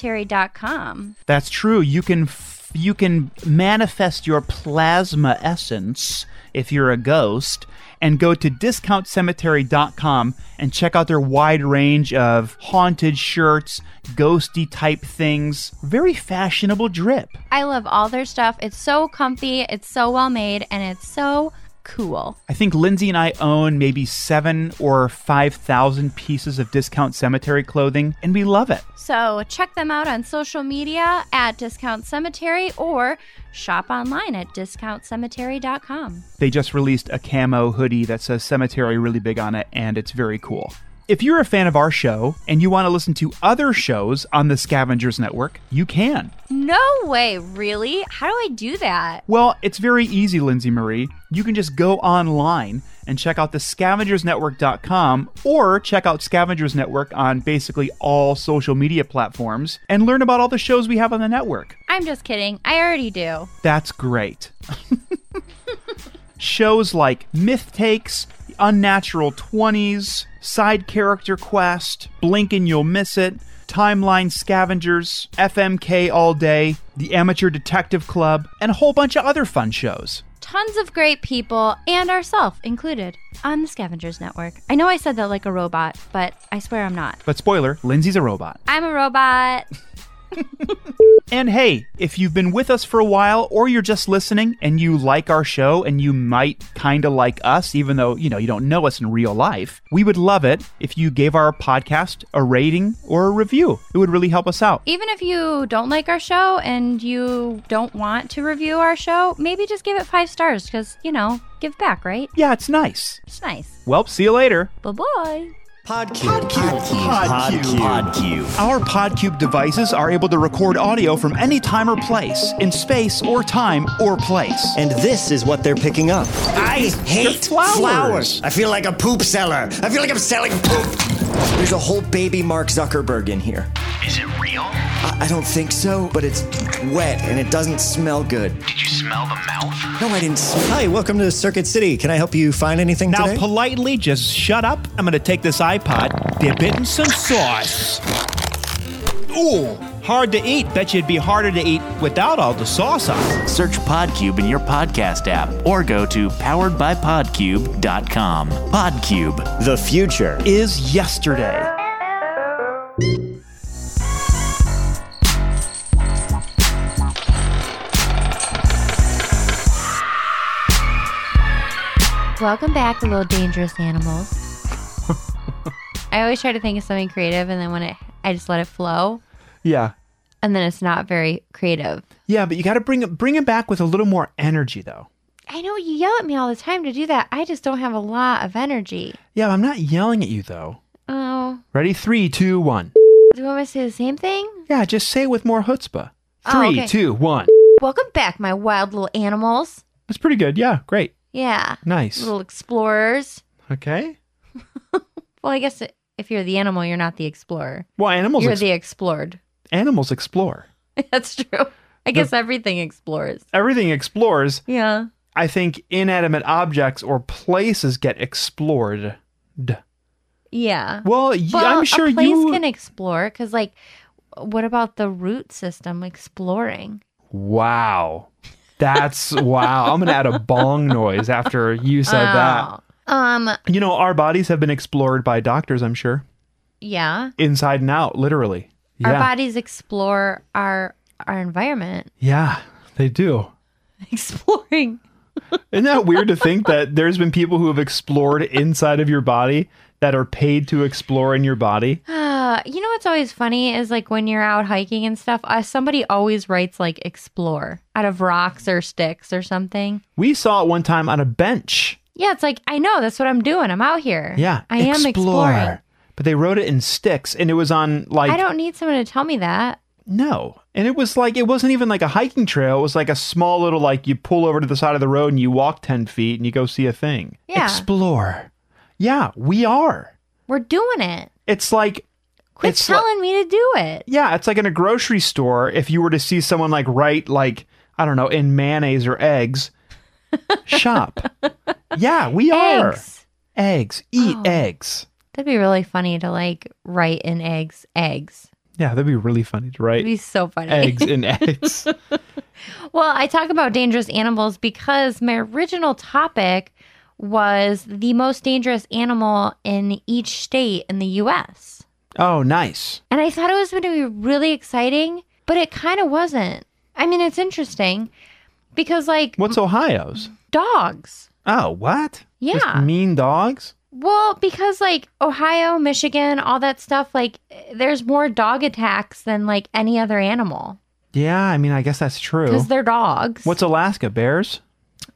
discountcemetery.com.
That's true. You can f- you can manifest your plasma essence if you're a ghost and go to discountcemetery.com and check out their wide range of haunted shirts, ghosty type things, very fashionable drip.
I love all their stuff. It's so comfy, it's so well made, and it's so cool.
I think Lindsay and I own maybe seven or 5,000 pieces of discount cemetery clothing, and we love it.
So check them out on social media at Discount Cemetery or shop online at discountcemetery.com.
They just released a camo hoodie that says cemetery really big on it, and it's very cool. If you're a fan of our show and you want to listen to other shows on the Scavengers Network, you can.
No way, really? How do I do that?
Well, it's very easy, Lindsay Marie. You can just go online and check out the scavengersnetwork.com or check out Scavengers Network on basically all social media platforms and learn about all the shows we have on the network.
I'm just kidding. I already do.
That's great. Shows like Myth Takes, Unnatural 20s, Side Character Quest, Blink and You'll Miss It, Timeline Scavengers, FMK All Day, The Amateur Detective Club, and a whole bunch of other fun shows.
Tons of great people and ourselves included on the Scavengers Network. I know I said that like a robot, but I swear I'm not.
But spoiler, Lindsay's a robot.
I'm a robot.
And hey, if you've been with us for a while or you're just listening and you like our show and you might kind of like us, even though, you know, you don't know us in real life, we would love it if you gave our podcast a rating or a review. It would really help us out.
Even if you don't like our show and you don't want to review our show, maybe just give it five stars because, you know, give back, right?
Yeah, it's nice.
It's nice.
Well, see you later.
Bye bye.
Podcube. Podcube. Podcube.
Our Podcube devices are able to record audio from any time or place, in space or time or place.
And this is what they're picking up. I hate
flowers.
I feel like a poop seller. I feel like I'm selling poop. There's a whole baby Mark Zuckerberg in here.
Is it real?
I, I don't think so, but it's wet and it doesn't smell good.
Did you smell the mouth?
No, I didn't. Sm- Hi, welcome to Circuit City. Can I help you find anything
Now,
today?
politely, just shut up. I'm going to take this iPod, dip it in some sauce. Ooh, hard to eat. Bet you it'd be harder to eat without all the sauce on it.
Search Podcube in your podcast app or go to poweredbypodcube.com. Podcube.
the future.
Is yesterday.
Welcome back, little dangerous animals. I always try to think of something creative, and then when it, I just let it flow,
Yeah.
and then it's not very creative.
Yeah, but you got to bring it bring it back with a little more energy though.
I know you yell at me all the time to do that. I just don't have a lot of energy.
Yeah, I'm not yelling at you though.
Oh,
Ready? Three, two, one.
do you want me to say the same thing?
Yeah, just say it with more chutzpah.
Oh,
Three,
okay.
two, one.
Welcome back, my wild little animals.
That's pretty good. Yeah, great.
Yeah,
Nice.
little explorers.
Okay.
Well, I guess if you're the animal, you're not the explorer.
Well, animals
You're
ex-
the explored.
animals explore.
That's true. I guess everything explores.
Everything explores.
Yeah.
I think inanimate objects or places get explored. D-
Yeah.
Well, y-
Well,
I'm sure
a place
you.
can explore because, like, what about the root system exploring?
Wow. That's wow. I'm going to add a bong noise after you said that.
Oh. Um.
You know, our bodies have been explored by doctors, I'm sure,
Yeah.
inside and out, literally.
Our
Yeah.
bodies explore our our environment.
yeah, they do.
Exploring.
Isn't that weird to think that there's been people who have explored inside of your body that are paid to explore in your body?
Uh, you know what's always funny is like when you're out hiking and stuff. Uh, somebody always writes like explore out of rocks or sticks or something.
We saw it one time on a bench.
Yeah, it's like I know that's what I'm doing. I'm out here.
Yeah.
I am exploring.
But they wrote it in sticks and it was on like
I don't need someone to tell me that.
No. And it was like, it wasn't even like a hiking trail. It was like a small little, like, you pull over to the side of the road and you walk 10 feet and you go see a thing.
Yeah.
Explore. Yeah, we are.
We're doing it.
It's like,
Quit
It's li-
telling me to do it.
yeah, it's like in a grocery store. If you were to see someone, like, write, like, I don't know, in mayonnaise or eggs, shop. Yeah, we are.
Eggs.
Eggs. Eat
Oh.
eggs.
That'd be really funny to like write in eggs, eggs.
Yeah, that'd be really funny to
It'd
write.
be so funny.
Eggs and eggs.
Well, I talk about dangerous animals because my original topic was the most dangerous animal in each state in the US.
Oh, nice.
And I thought it was going to be really exciting, but it kind of wasn't. I mean, it's interesting because, like,
What's Ohio's?
dogs.
Uh-huh. Oh, what?
Yeah.
Just mean dogs?
Well, because like Ohio, Michigan, all that stuff, like there's more dog attacks than like any other animal
Yeah, I mean, I guess that's true.
because they're dogs.
What's Alaska? Bears?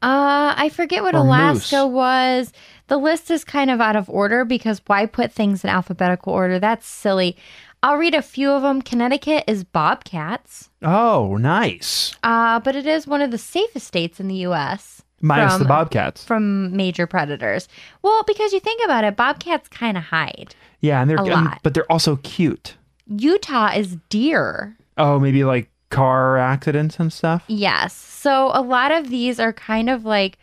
uh, I forget what
Or
Alaska
moose.
was. The list is kind of out of order because why put things in alphabetical order? That's silly. I'll read a few of them. Connecticut is bobcats,
Oh, nice.
uh, but it is one of the safest states in the U.S.
Minus
from,
the bobcats.
from major predators. Well, because you think about it, bobcats kind of hide.
yeah, and they're
a
and-
lot.
but they're also cute.
Utah is deer.
Oh, maybe like car accidents and stuff.
Yes. So a lot of these are kind of like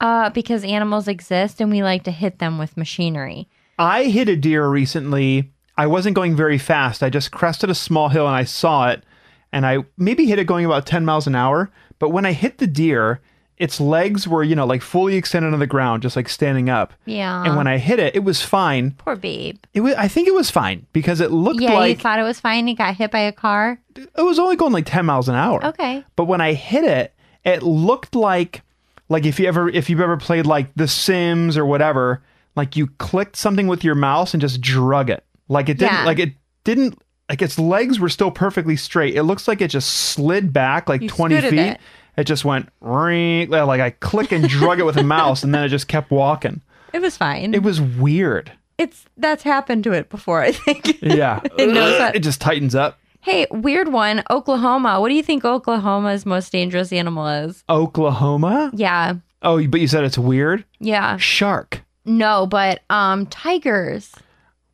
uh because animals exist and we like to hit them with machinery.
I hit a deer recently. I wasn't going very fast. I just crested a small hill and I saw it, and I maybe hit it going about 10 miles an hour. But when I hit the deer, its legs were, you know, like fully extended on the ground, just like standing up.
Yeah.
And when I hit it, it was fine.
Poor babe.
It was, I think it was fine because it looked
Yeah, you
like
thought it was fine. He got hit by a car.
it was only going like 10 miles an hour.
Okay.
But when I hit it, it looked like like if you ever if you've ever played like The Sims or whatever, like you clicked something with your mouse and just drug it. Like it didn't
Yeah.
like it didn't like its legs were still perfectly straight. It looks like it just slid back like
You
20
scooted
feet.
it.
It. just went ring like I click and drug it with a mouse and then it just kept walking.
It was fine.
It was weird.
it's that's happened to it before, I think.
Yeah.
It knows that-
Uh, it just tightens up.
hey, weird one, Oklahoma. What do you think Oklahoma's most dangerous animal is?
Oklahoma?
Yeah.
Oh, but you said it's weird?
Yeah.
Shark.
No, but um tigers.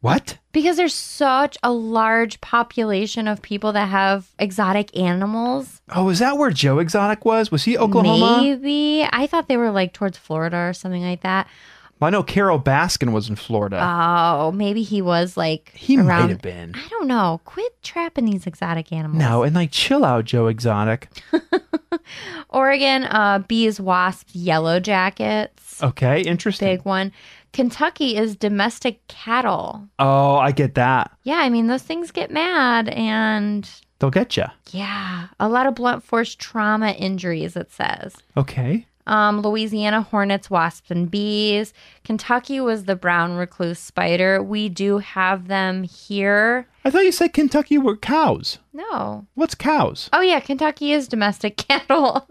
What?
Because there's such a large population of people that have exotic animals.
Oh, is that where Joe Exotic was? Was he Oklahoma?
Maybe. I thought they were like towards Florida or something like that.
Well, I know Carol Baskin was in Florida.
Oh, maybe he was like
he
around.
might have been.
I don't know. Quit trapping these exotic animals.
No, and like chill out, Joe Exotic.
Oregon, uh, bees, wasps, yellow jackets.
Oh, Okay, interesting.
Big one. Kentucky is domestic cattle.
Oh, I get that.
Yeah, I mean, those things get mad and
They'll get you.
yeah, a lot of blunt force trauma injuries, it says.
Okay.
Um, Louisiana hornets, wasps, and bees. Kentucky was the brown recluse spider. We do have them here.
I thought you said Kentucky were cows.
No.
What's cows?
Oh, yeah. Kentucky is domestic cattle.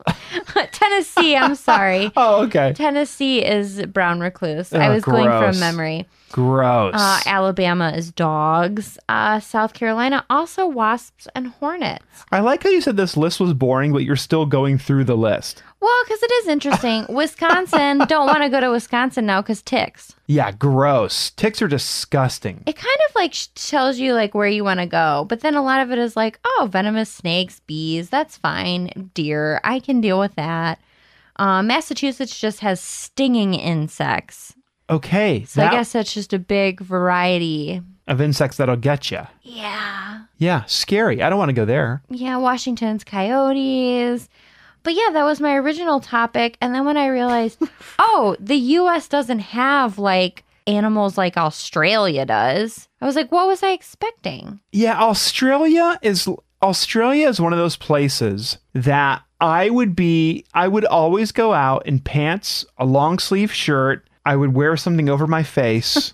Tennessee, I'm sorry.
Oh, okay.
Tennessee is brown recluse. I
Oh,
was going
gross.
from memory.
Gross.
Uh, Alabama is dogs. Uh, South Carolina, also wasps and hornets.
I like how you said this list was boring, but you're still going through the list.
Well, because it is interesting. Wisconsin, don't want to go to Wisconsin now because ticks.
Yeah, gross. Ticks are disgusting.
it kind of like sh- tells you like where you want to go but then a lot of it is like oh venomous snakes bees that's fine deer i can deal with that uh, massachusetts just has stinging insects
Okay.
so
that-
i guess that's just a big variety
of insects that'll get you.
yeah
Yeah, scary. I don't want to go there.
yeah washington's coyotes but yeah that was my original topic and then when i realized oh the us doesn't have like animals like australia does i was like what was i expecting
Yeah, Australia is Australia is one of those places that I would be I would always go out in pants, a long sleeve shirt, I would wear something over my face.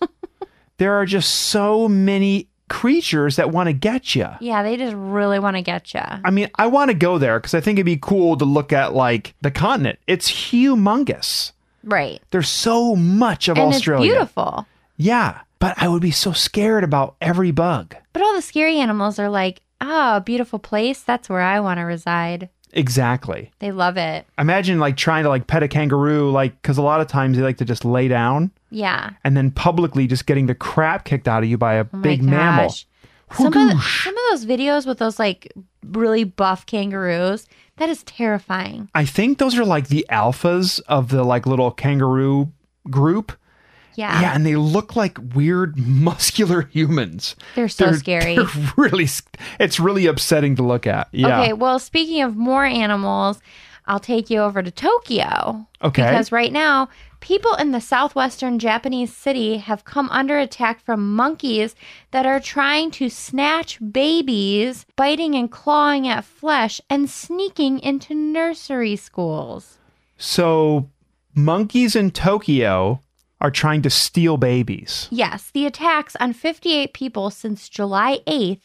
there are just so many creatures that want to get you.
yeah they just really want to get you
I mean, I want to go there cuz I think it'd be cool to look at like the continent. It's humongous.
Right.
There's so much of
and
Australia.
it's beautiful.
Yeah, but I would be so scared about every bug.
But all the scary animals are like, oh, beautiful place. That's where I want to reside.
Exactly.
They love it.
imagine like trying to like pet a kangaroo like because a lot of times they like to just lay down
Yeah.
and then publicly just getting the crap kicked out of you by a
Oh my
big mammal
gosh. Some of, the- some of those videos with those like really buff kangaroos, that is terrifying.
i think those are like the alphas of the like little kangaroo group
Yeah.
yeah, and they look like weird muscular humans
They're so scary.
they're really s- it's really upsetting to look at yeah
Okay. Well, speaking of more animals, I'll take you over to Tokyo.
Okay.
Because right now, people in the southwestern Japanese city have come under attack from monkeys that are trying to snatch babies, biting and clawing at flesh, and sneaking into nursery schools.
so monkeys in Tokyo are trying to steal babies.
Yes, the attacks on 58 people since July 8th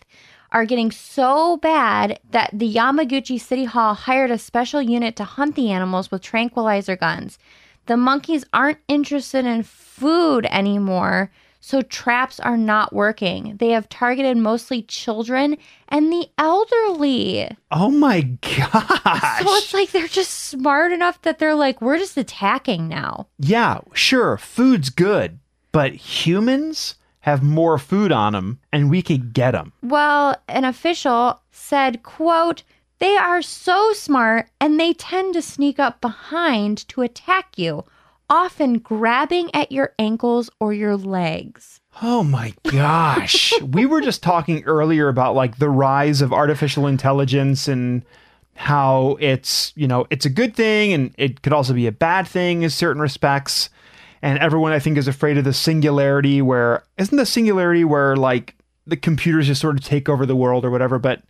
are getting so bad that the Yamaguchi City Hall hired a special unit to hunt the animals with tranquilizer guns. The monkeys aren't interested in food anymore, so traps are not working. They have targeted mostly children and the elderly.
Oh my gosh.
So it's like they're just smart enough that they're like, we're just attacking now.
Yeah, sure, food's good, but humans have more food on them and we could get them.
Well, an official said, quote, they are so smart and they tend to sneak up behind to attack you, often grabbing at your ankles or your legs.
Oh my gosh. we were just talking earlier about like the rise of artificial intelligence and how it's, you know, it's a good thing and it could also be a bad thing in certain respects. And everyone I think is afraid of the singularity where isn't the singularity where like the computers just sort of take over the world or whatever, but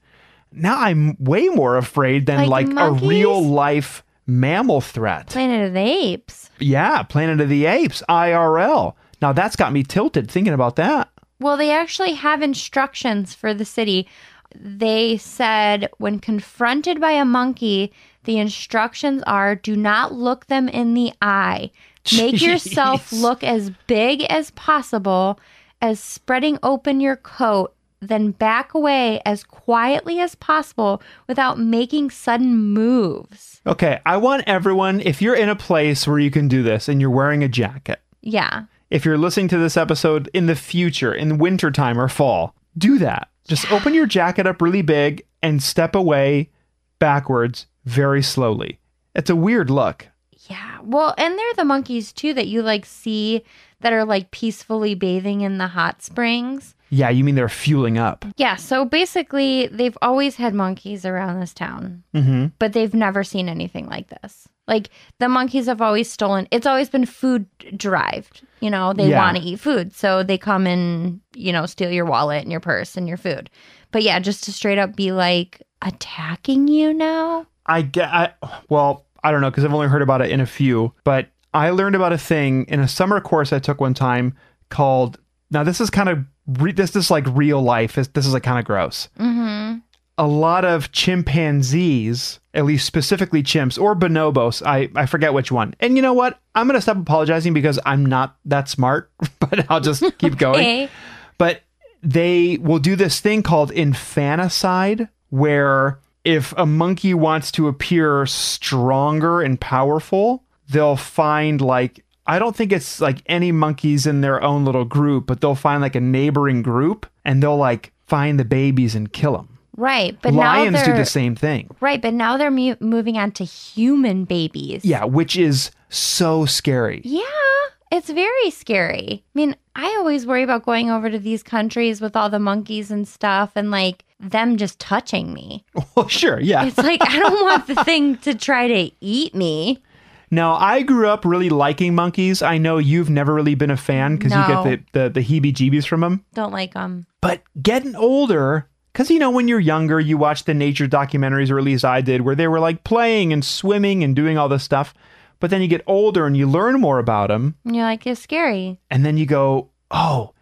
now I'm way more afraid than like,
Like
a
monkeys?
real life mammal threat.
Planet of the Apes.
Yeah, Planet of the Apes, IRL. Now that's got me tilted thinking about that.
Well, they actually have instructions for the city. They said when confronted by a monkey, the instructions are do not look them in the eye. Make yourself
Jeez.
look as big as possible, as spreading open your coat, then back away as quietly as possible without making sudden moves.
Okay, I want everyone, if you're in a place where you can do this and you're wearing a jacket,
Yeah.
if you're listening to this episode in the future, in wintertime or fall, do that. Just open your jacket up really big and step away backwards very slowly. It's a weird look.
Yeah. Well, and they're the monkeys too that you like see that are like peacefully bathing in the hot springs.
Yeah, you mean they're fueling up.
Yeah, so basically, they've always had monkeys around this town,
Mm-hmm.
but they've never seen anything like this. Like the monkeys have always stolen. It's always been food derived. You know, they
Yeah.
want to eat food, so they come and you know steal your wallet and your purse and your food. But yeah, just to straight up be like attacking you now.
I get. I, well, I don't know because I've only heard about it in a few, but I learned about a thing in a summer course I took one time called. Now this is kind of re, this is like real life. This, this is like kind of gross. Mm-hmm. A lot of chimpanzees, at least specifically chimps or bonobos, I I forget which one. And you know what? I'm gonna stop apologizing because I'm not that smart, but I'll just keep going
Hey,
but they will do this thing called infanticide where if a monkey wants to appear stronger and powerful they'll find like i don't think it's like any monkeys in their own little group but they'll find like a neighboring group and they'll like find the babies and kill them
right? But
lions
now
do
they're
the same thing
right, but now they're mu- moving on to human babies.
yeah which is so scary
Yeah, it's very scary. I mean, I always worry about going over to these countries with all the monkeys and stuff and like them just touching me.
well sure yeah
It's like, I don't want the thing to try to eat me.
Now, I grew up really liking monkeys. I know you've never really been a fan because
No.
you get the, the, the heebie jeebies from them.
Don't like um, them.
But getting older, because you know, when you're younger, you watch the nature documentaries, or at least I did, where they were like playing and swimming and doing all this stuff. But then you get older and you learn more about them.
And you're like, it's scary.
And then you go, oh,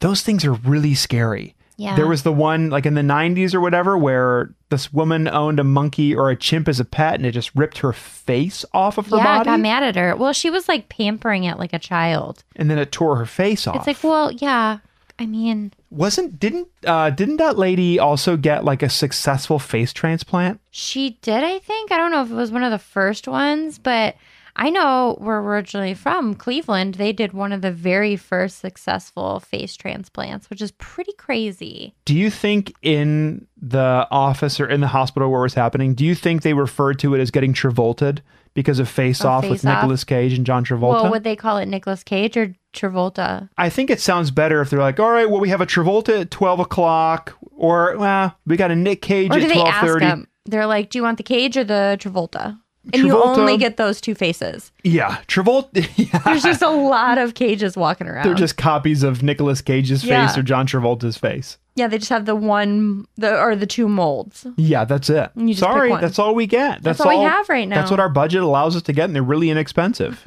those things are really scary.
Yeah.
There was the one like in the 90s or whatever where this woman owned a monkey or a chimp as a pet and it just ripped her face off of her
yeah, I
body.
got mad at her. Well, she was like pampering it like a child.
and then it tore her face off.
It's like, well, yeah. I mean,
wasn't didn't uh didn't that lady also get like a successful face transplant?
She did, I think. I don't know if it was one of the first ones, but I know where we're originally from, Cleveland. They did one of the very first successful face transplants, which is pretty crazy.
Do you think in the office or in the hospital where it was happening, do you think they referred to it as getting Travolted because of Face
Oh,
Off with
Face Off.
Nicolas Cage and John Travolta?
Well, would they call it Nicolas Cage or Travolta?
I think it sounds better if they're like, all right, well, we have a Travolta at twelve o'clock, or well, we got a Nick Cage
Or do
at
they
twelve
ask
thirty.
them? They're like, do you want the Cage or the Travolta? And you
Travolta.
only get those two faces.
Yeah, Travolta. yeah.
There's just a lot of cages walking around.
They're just copies of Nicolas Cage's
Yeah.
face or John Travolta's face.
Yeah, they just have the one the or the two molds.
Yeah, that's it.
You just
Sorry,
pick one.
that's all we get. That's,
That's all we have right now.
That's what our budget allows us to get, and they're really inexpensive.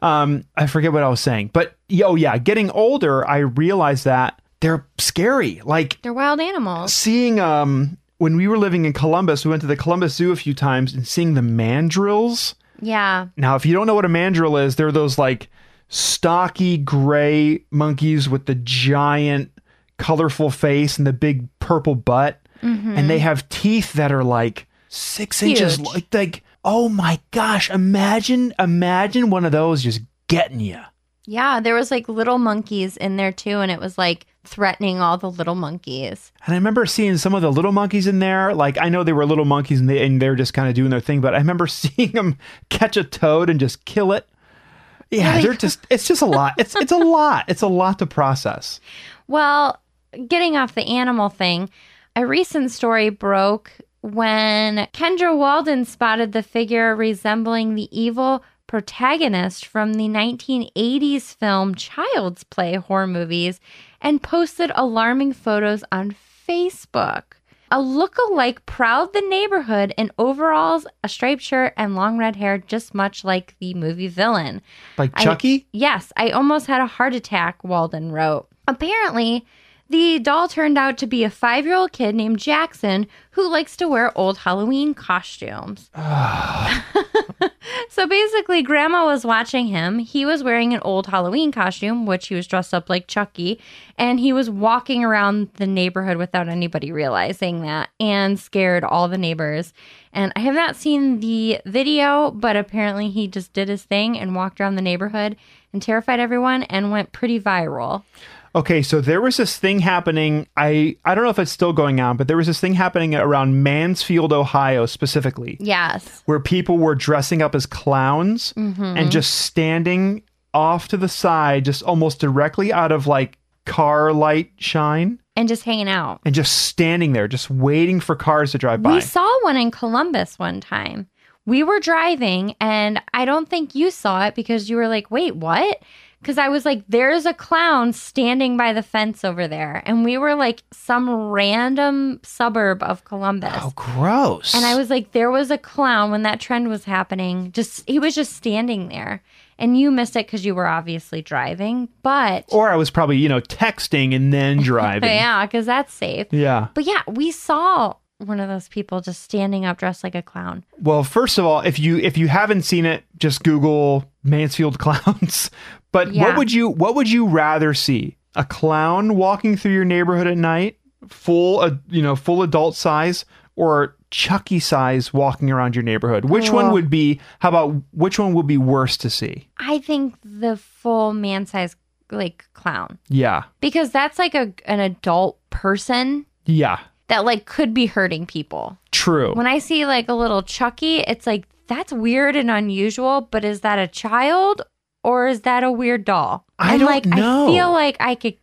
um, I forget what I was saying, but yo, yeah, getting older, I realized that they're scary. Like
They're wild animals.
seeing um when we were living in Columbus, we went to the Columbus Zoo a few times and seeing the mandrills.
Yeah.
Now, if you don't know what a mandrill is, they're those like stocky gray monkeys with the giant colorful face and the big purple butt. And they have teeth that are like six inches
Huge.
like like oh my gosh, imagine imagine one of those just getting you.
Yeah, there was like little monkeys in there too and it was like threatening all the little monkeys.
And I remember seeing some of the little monkeys in there. Like I know they were little monkeys and they and they were just kind of doing their thing, but I remember seeing them catch a toad and just kill it. Yeah, they're just it's just a lot. It's it's a lot. It's a lot to process.
Well, getting off the animal thing, a recent story broke when Kendra Walden spotted the figure resembling the evil protagonist from the 1980s film Child's Play horror movies and posted alarming photos on Facebook. A look-alike prowled the neighborhood in overalls, a striped shirt, and long red hair, just much like the movie villain.
Like
I-
Chucky?
yes, I almost had a heart attack, Walden wrote. Apparently, the doll turned out to be a five year old kid named Jackson who likes to wear old Halloween costumes. so basically, Grandma was watching him. He was wearing an old Halloween costume, which he was dressed up like Chucky, and he was walking around the neighborhood without anybody realizing that and scared all the neighbors. And I have not seen the video, but apparently he just did his thing and walked around the neighborhood and terrified everyone and went pretty viral.
Okay, so there was this thing happening. I I don't know if it's still going on, but there was this thing happening around Mansfield, Ohio specifically.
Yes.
where people were dressing up as clowns and just standing off to the side, just almost directly out of like car light shine,
And just hanging out.
and just standing there, just waiting for cars to drive by.
We saw one in Columbus one time. We were driving, and I don't think you saw it because you were like, wait, what? Because I was like, there's a clown standing by the fence over there. And we were like, some random suburb of Columbus.
oh, gross!
And I was like, there was a clown when that trend was happening. Just, he was just standing there. And you missed it because you were obviously driving. But
or I was probably you know texting and then
Oh,
driving.
yeah, because that's safe.
Yeah.
But yeah, we saw one of those people just standing up dressed like a clown.
Well, first of all, if you if you haven't seen it, just Google Mansfield clowns. But
Yeah.
what would you what would you rather see? A clown walking through your neighborhood at night, full uh, you know full adult size, or Chucky size walking around your neighborhood? Which one would be? How about which one would be worse to see?
I think the full man size like clown
Yeah,
because that's like a an adult person
yeah,
that like could be hurting people.
true.
When I see like a little Chucky, it's like that's weird and unusual, but is that a child or is that a weird doll?
I
And,
don't
like
know.
I feel like I could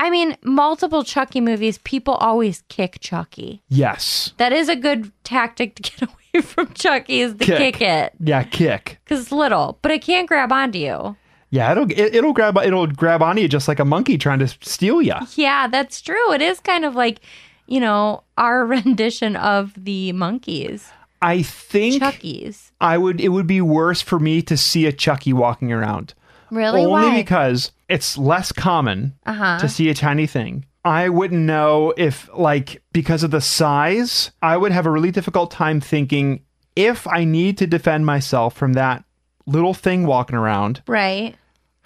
I mean, multiple Chucky movies, people always kick Chucky.
yes,
That is a good tactic to get away from Chucky is to
Kick.
kick, it.
yeah, kick.
Because it's little, but it can't grab onto you.
Yeah, it'll it, it'll grab it'll grab onto you just like a monkey trying to steal you.
Yeah, that's true. It is kind of like, you know, our rendition of the monkeys,
I think
Chuckies.
I would it would be worse for me to see a Chucky walking around.
Really?
Only
Why? Uh-huh.
because it's less common to see a tiny thing. I wouldn't know if like because of the size, I would have a really difficult time thinking if I need to defend myself from that little thing walking around,
right?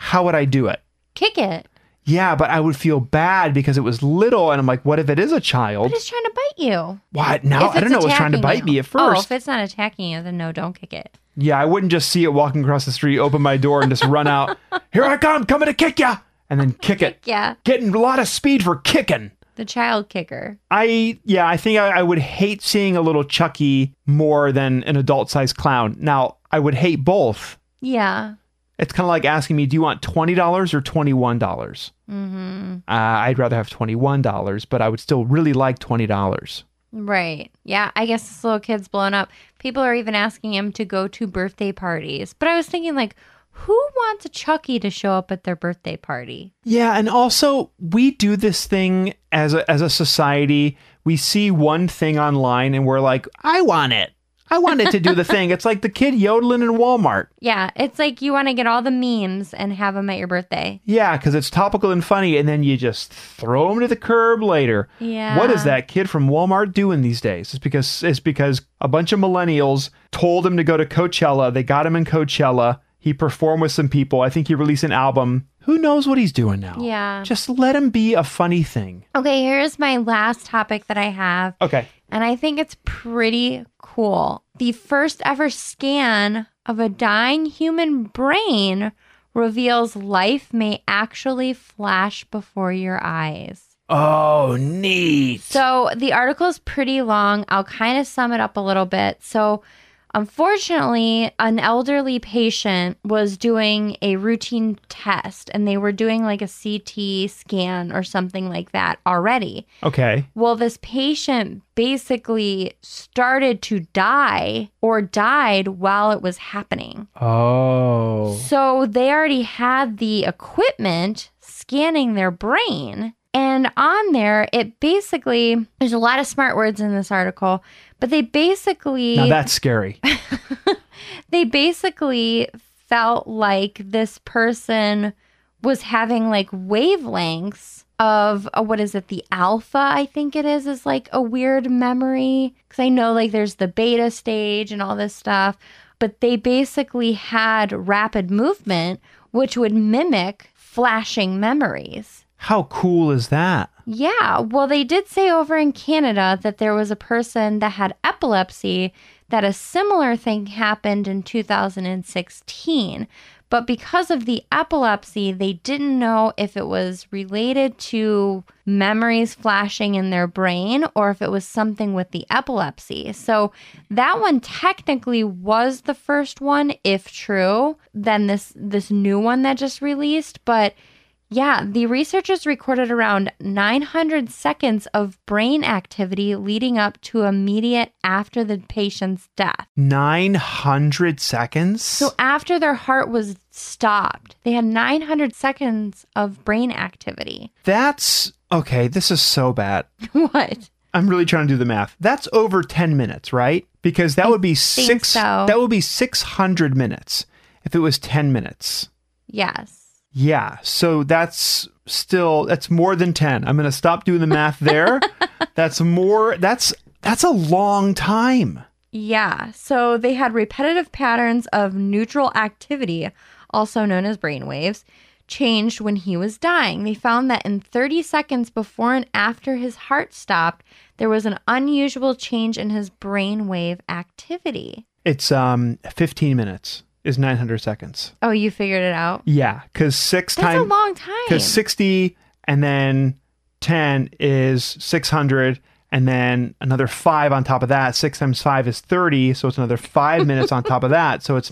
how would I do it?
Kick it.
Yeah, but I would feel bad because it was little and I'm like, what if it is a child?
But it's trying to bite you.
What? Now
If
I
it's
don't know it was trying to
attacking
bite
you.
me at
Oh,
first.
if it's not attacking you, then no, don't kick it.
Yeah, I wouldn't just see it walking across the street, open my door, and just run out. Here I come, coming to kick ya, and then kick it.
Yeah,
Getting a lot of speed for kicking.
the child kicker.
I yeah, I think I, I would hate seeing a little Chucky more than an adult-sized clown. Now I would hate both.
Yeah.
It's kind of like asking me, do you want twenty dollars or twenty-one dollars? Mm-hmm. Uh, I'd rather have twenty-one dollars, but I would still really like twenty dollars.
Right. Yeah. I guess this little kid's blown up. People are even asking him to go to birthday parties. But I was thinking, like, Who wants a Chucky to show up at their birthday party?
Yeah, and also we do this thing as a, as a society. We see one thing online and we're like, I want it. I want it to do the thing. It's like the kid yodeling in Walmart.
Yeah, it's like you want to get all the memes and have them at your birthday.
Yeah, because it's topical and funny, and then you just throw them to the curb later.
Yeah.
What is that kid from Walmart doing these days? It's because it's because a bunch of millennials told him to go to Coachella. They got him in Coachella. He performed with some people. I think he released an album. Who knows what he's doing now?
Yeah.
Just let him be a funny thing.
Okay, here's my last topic that I have.
Okay.
and I think it's pretty cool. The first ever scan of a dying human brain reveals life may actually flash before your eyes.
Oh, neat.
So the article is pretty long. I'll kind of sum it up a little bit. So, unfortunately, an elderly patient was doing a routine test and they were doing like a CT scan or something like that already.
Okay.
Well, this patient basically started to die or died while it was happening.
Oh.
So they already had the equipment scanning their brain. And on there, it basically, there's a lot of smart words in this article, but they basically
Now that's scary.
they basically felt like this person was having like wavelengths of uh, what is it the alpha i think it is is like a weird memory because i know like there's the beta stage and all this stuff but they basically had rapid movement which would mimic flashing memories
How cool is that?
yeah. Well, they did say over in Canada that there was a person that had epilepsy that a similar thing happened in 2016. But because of the epilepsy, they didn't know if it was related to memories flashing in their brain or if it was something with the epilepsy. So that one technically was the first one, if true, then this this new one that just released, but yeah, the researchers recorded around 900 seconds of brain activity leading up to immediate after the patient's death.
900 seconds?
So after their heart was stopped, they had 900 seconds of brain activity.
that's okay. This is so bad.
what?
I'm really trying to do the math. That's over 10 minutes, right? Because that would be six.
so.
That would be 600 minutes if it was 10 minutes.
Yes.
Yeah. So that's still that's more than 10. I'm going to stop doing the math there. that's more. That's that's a long time.
Yeah. So they had repetitive patterns of neutral activity, also known as brainwaves, changed when he was dying. They found that in 30 seconds before and after his heart stopped, there was an unusual change in his brainwave activity.
It's um 15 minutes is 900 seconds.
Oh, you figured it out?
Yeah, because six
That's a
times
long time.
because 60 and then 10 is 600 and then another five on top of that. Six times five is 30, so it's another five minutes on top of that. So it's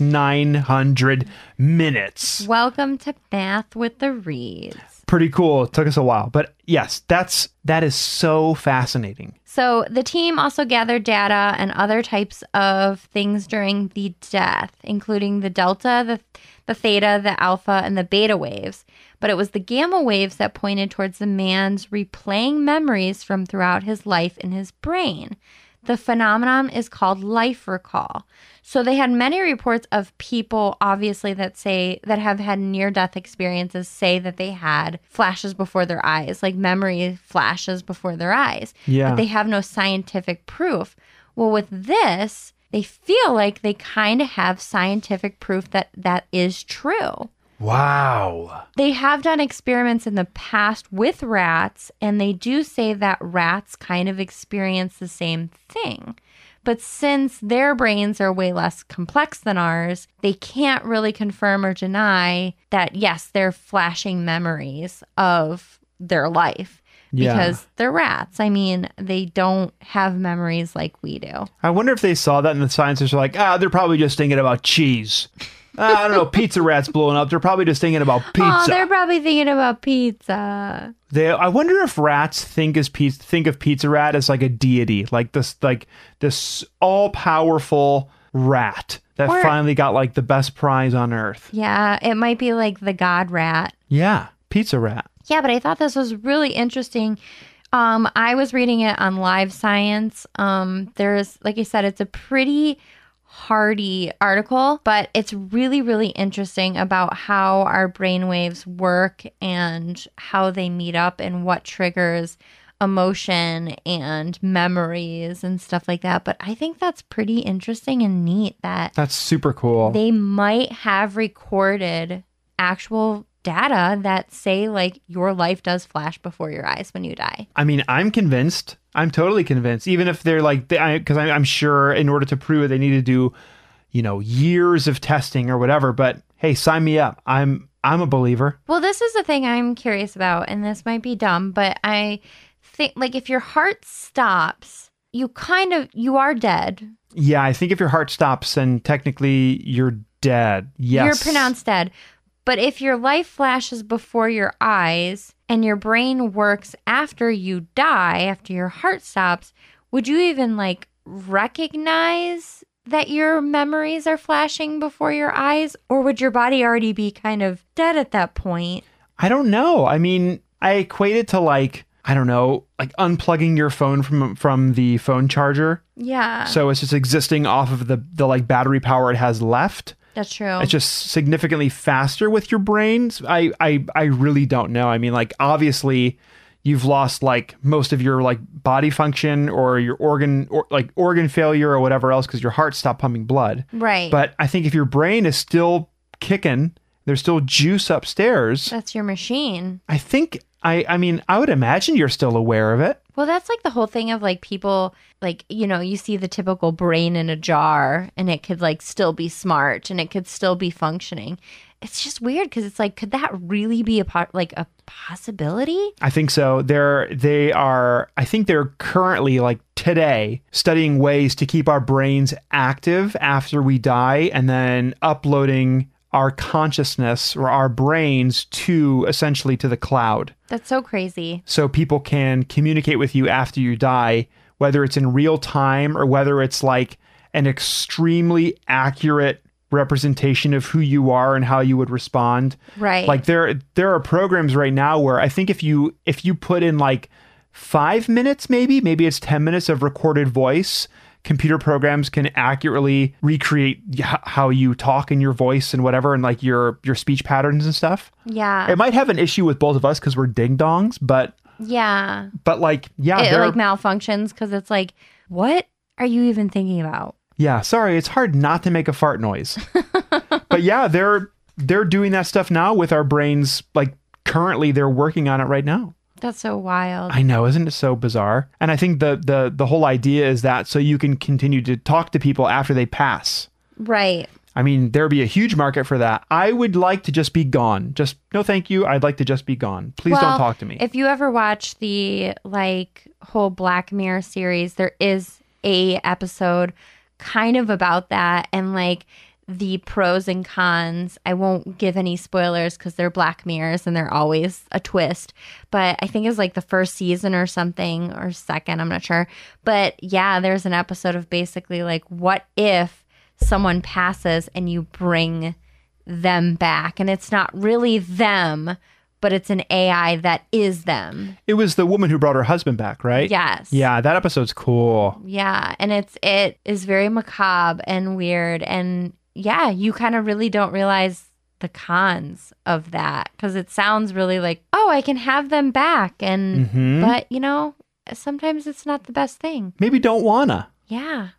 900 minutes.
Welcome to Math with the Reeds.
Pretty cool. It took us a while, but yes, that's that is so fascinating.
So the team also gathered data and other types of things during the death, including the delta, the the theta, the alpha, and the beta waves. But it was the gamma waves that pointed towards the man's replaying memories from throughout his life in his brain. The phenomenon is called life recall. So they had many reports of people obviously that say that have had near death experiences say that they had flashes before their eyes, like memory flashes before their eyes.
Yeah.
But they have no scientific proof. Well, with this, they feel like they kind of have scientific proof that that is true.
Wow.
They have done experiments in the past with rats, and they do say that rats kind of experience the same thing. But since their brains are way less complex than ours, they can't really confirm or deny that, yes, they're flashing memories of their life
Yeah.
because they're rats. I mean, they don't have memories like we do.
I wonder if they saw that and the scientists are like, ah, they're probably just thinking about cheese. Ah, I don't know, pizza rats blowing up. They're probably just thinking about pizza.
Oh, they're probably thinking about pizza.
They, I wonder if rats think as piz- think of Pizza Rat as like a deity, like this, like this all powerful rat that
Or-
finally got like the best prize on earth.
Yeah, it might be like the god rat.
Yeah, pizza rat.
Yeah, but I thought this was really interesting. Um, I was reading it on Live Science. Um, there's, like I said, it's a pretty hardy article, but it's really, really interesting about how our brainwaves work and how they meet up and what triggers emotion and memories and stuff like that. But I think that's pretty interesting and neat that
That's super cool.
they might have recorded actual data that say like your life does flash before your eyes when you die.
I mean, I'm convinced. I'm totally convinced. Even if they're like, because I'm, I'm sure in order to prove it, they need to do, you know, years of testing or whatever. But hey, sign me up. I'm I'm a believer.
Well, this is the thing I'm curious about and this might be dumb, but I think like if your heart stops, you kind of you are dead.
Yeah, I think if your heart stops, then technically you're dead. Yes,
You're pronounced dead. But if your life flashes before your eyes and your brain works after you die, after your heart stops, would you even like recognize that your memories are flashing before your eyes? Or would your body already be kind of dead at that point?
I don't know. I mean, I equate it to like I don't know, like unplugging your phone from from the phone charger,
Yeah.
so it's just existing off of the the like battery power it has left.
that's true.
It's just significantly faster with your brains. I, I I really don't know. I mean, like obviously, you've lost like most of your like body function or your organ or like organ failure or whatever else because your heart stopped pumping blood.
right.
But I think if your brain is still kicking, there's still juice upstairs.
that's your machine.
I think I I mean I would imagine you're still aware of it.
Well, that's like the whole thing of like people, like, you know, you see the typical brain in a jar and it could like still be smart and it could still be functioning. It's just weird because it's like, could that really be a po- like a possibility?
I think so. They're they are I think they're currently like today studying ways to keep our brains active after we die and then uploading our consciousness or our brains to essentially to the cloud
That's so crazy.
so people can communicate with you after you die whether it's in real time or whether it's like an extremely accurate representation of who you are and how you would respond
Right.
like there there are programs right now where i think if you if you put in like five minutes maybe maybe it's 10 minutes of recorded voice computer programs can accurately recreate y- h- how you talk in your voice and whatever and like your your speech patterns and stuff
yeah.
it might have an issue with both of us because we're ding dongs but
yeah.
but like yeah
It
there-
like malfunctions because it's like, what are you even thinking about?
yeah sorry it's hard not to make a fart noise but yeah they're they're doing that stuff now with our brains like currently they're working on it right now
That's so wild.
I know, isn't it so bizarre? And I think the the the whole idea is that so you can continue to talk to people after they pass.
right.
I mean, there'd be a huge market for that. I would like to just be gone. Just no, thank you. I'd like to just be gone. Please don't
Well,
talk to me.
If you ever watch the like whole Black Mirror series, there is a episode kind of about that and like the pros and cons. I won't give any spoilers because they're Black Mirrors and they're always a twist. But I think it's like the first season or something or second, I'm not sure. But yeah, there's an episode of basically like what if someone passes and you bring them back and it's not really them but it's an ai that is them
it was the woman who brought her husband back, right?
yes
Yeah, that episode's cool.
yeah and it's it is very macabre and weird and yeah you kind of really don't realize the cons of that because it sounds really like oh i can have them back and
Mhm.
but you know sometimes it's not the best thing
Maybe don't wanna.
yeah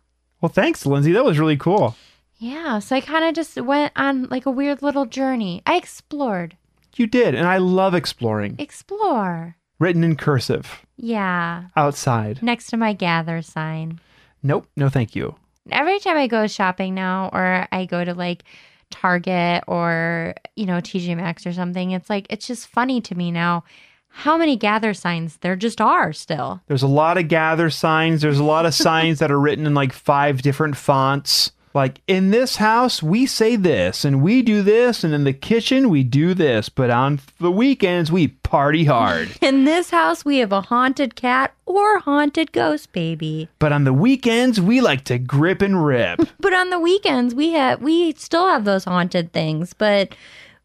Well, thanks, Lindsay. That was really cool.
yeah so i kind of just went on like a weird little journey i explored
You did, and I love exploring.
explore
Written in cursive
yeah
outside.
next to my gather sign
Nope, no, thank you.
every time I go shopping now or I go to like Target or, you know, TJ Maxx or something, it's like, it's just funny to me now how many gather signs there just are still.
There's a lot of gather signs. There's a lot of signs that are written in like five different fonts. Like in this house, we say this and we do this, and in the kitchen, we do this, but on the weekends, we party hard.
In this house, we have a haunted cat or haunted ghost baby.
but on the weekends, we like to grip and rip.
But on the weekends, we have we still have those haunted things, but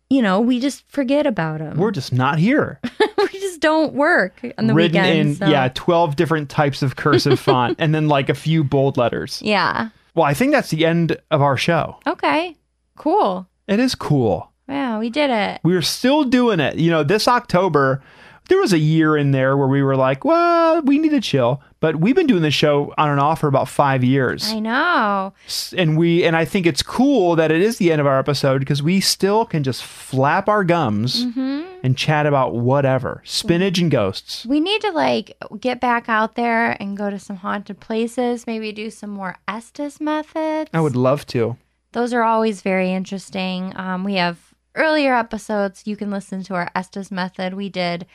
you know, we just forget about them.
We're just not here.
we just don't work on the
Written
weekends.
in,
so-
yeah, 12 different types of cursive font and then like a few bold letters.
Yeah.
Well, I think that's the end of our show.
Okay. Cool.
It is cool.
Wow, we did it.
We are still doing it. You know, this October, there was a year in there where we were like, well, we need to chill. But we've been doing this show on and off for about five years.
I know.
S- And we and I think it's cool that it is the end of our episode because we still can just flap our gums and chat about whatever. Spinach and ghosts.
We need to like get back out there and go to some haunted places, maybe do some more Estes methods.
I would love to.
Those are always very interesting. Um, we have earlier episodes. You can listen to our Estes method. We did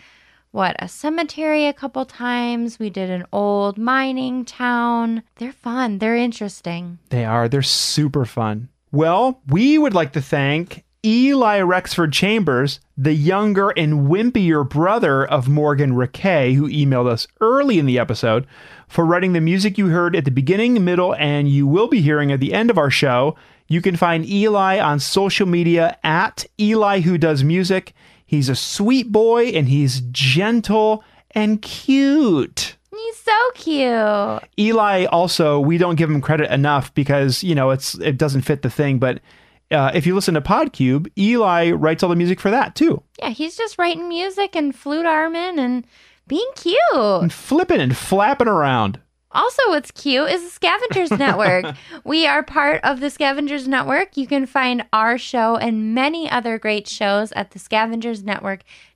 what a cemetery a couple times. We did an old mining town. They're fun. They're interesting.
They are. They're super fun. Well, we would like to thank Eli Rexford Chambers, the younger and wimpier brother of Morgan Riquet, who emailed us early in the episode, for writing the music you heard at the beginning, middle, and you will be hearing at the end of our show. You can find Eli on social media at Eli Who Does Music. He's a sweet boy and he's gentle and cute.
He's so cute.
Eli also we don't give him credit enough because you know it's it doesn't fit the thing. But uh, if you listen to Podcube, Eli writes all the music for that too,
Yeah, he's just writing music and flute arming and being cute.
and flipping and flapping around.
Also, what's cute is the Scavengers Network. we are part of the Scavengers Network. You can find our show and many other great shows at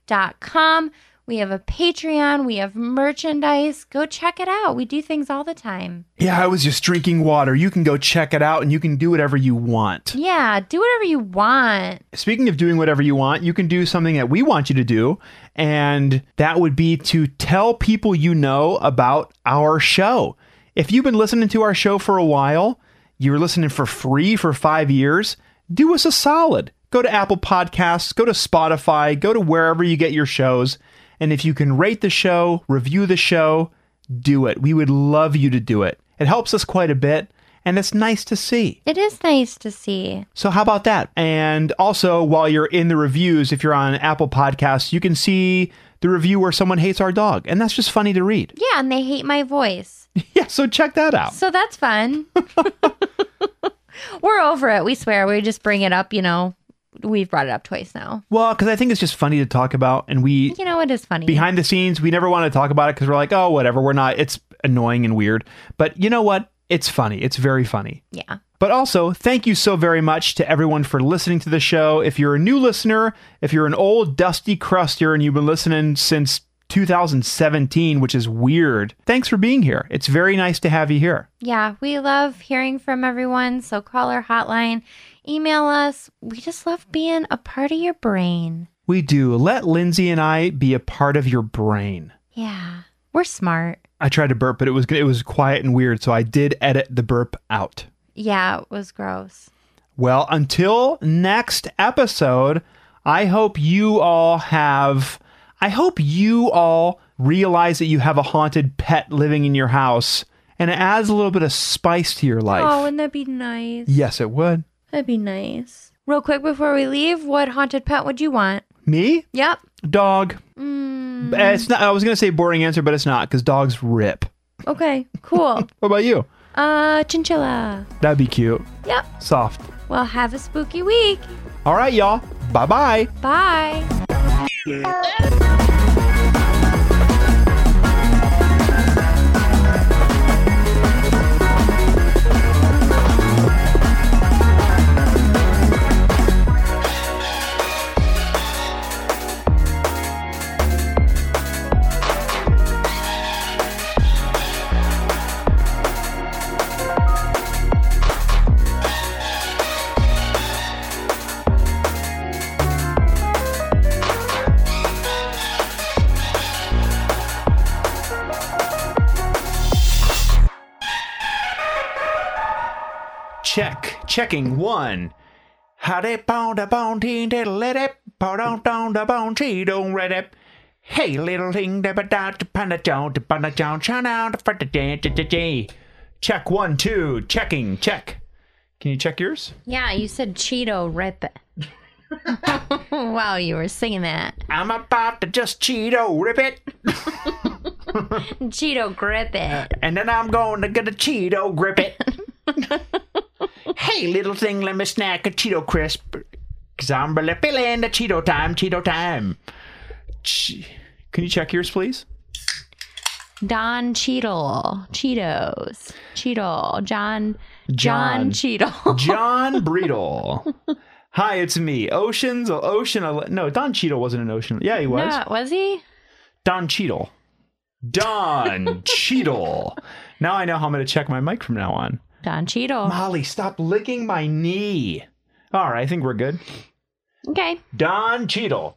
thescavengersnetwork.com. We have a Patreon, we have merchandise. Go check it out. We do things all the time.
Yeah, I was just drinking water. You can go check it out, and you can do whatever you want.
Yeah, do whatever you want.
Speaking of doing whatever you want, you can do something that we want you to do, and that would be to tell people you know about our show. If you've been listening to our show for a while, you're listening for free for five years, do us a solid. Go to Apple Podcasts, go to Spotify, go to wherever you get your shows. And if you can rate the show, review the show, do it. We would love you to do it. It helps us quite a bit, and it's nice to see.
It is nice to see.
So how about that? And also, while you're in the reviews, if you're on Apple Podcasts, you can see the review where someone hates our dog, and that's just funny to read.
Yeah, and they hate my voice.
Yeah, so check that out.
So that's fun. We're over it. We swear. We just bring it up, you know. We've brought it up twice now.
Well, because I think it's just funny to talk about, and we
You know, it is funny.
behind the scenes we never want to talk about it because we're like, oh, whatever, we're not. It's annoying and weird, but you know what? It's funny. It's very funny.
yeah.
But also, thank you so very much to everyone for listening to the show. If you're a new listener, if you're an old dusty cruster and you've been listening since 2017, which is weird, thanks for being here. It's very nice to have you here.
Yeah, we love hearing from everyone. So call our hotline, email us. We just love being a part of your brain.
We do. Let Lindsay and I be a part of your brain.
Yeah, we're smart.
I tried to burp, but it was it was quiet and weird, so I did edit the burp out.
Yeah, it was gross.
Well, until next episode, I hope you all have. I hope you all realize that you have a haunted pet living in your house and it adds a little bit of spice to your life.
Oh, wouldn't that be nice?
yes, it would.
That'd be nice. Real quick before we leave, what haunted pet would you want?
Me?
Yep.
Dog. Eh, It's not, I was going to say boring answer, but it's not because dogs rip.
Okay, cool.
What about you?
uh, chinchilla.
That'd be cute.
Yep.
Soft.
Well, have a spooky week.
All right, y'all. Bye bye.
Bye.
Check. Checking one. Howdy, pound a bone, teen, diddle it up, pound on down the bone, she don't read it. Hey, little thing, da ba da, da ba da down, da ba da down, shine out, da ba da da da da da. Check one, two, checking, check. Can you check yours?
Yeah, you said Cheeto Rip. wow, you were singing that.
I'm about to just Cheeto rip it,
Cheeto Grip It.
and then I'm going to get a Cheeto grip it. hey, little thing, let me snack a Cheeto crisp, cause I'm really feeling the Cheeto time, Cheeto time. Che- Can you check yours, please?
Don Cheadle. Cheetos. Cheadle. John.
John.
John, Cheadle.
John Breedle. Hi, it's me. Oceans, Ocean. Ele- No, Don Cheadle wasn't an ocean. Yeah, he was.
Yeah, was he?
Don Cheadle. Don Cheadle. Now I know how I'm going to check my mic from now on.
Don Cheadle.
Molly, stop licking my knee. All right, I think we're good.
Okay.
Don Cheadle.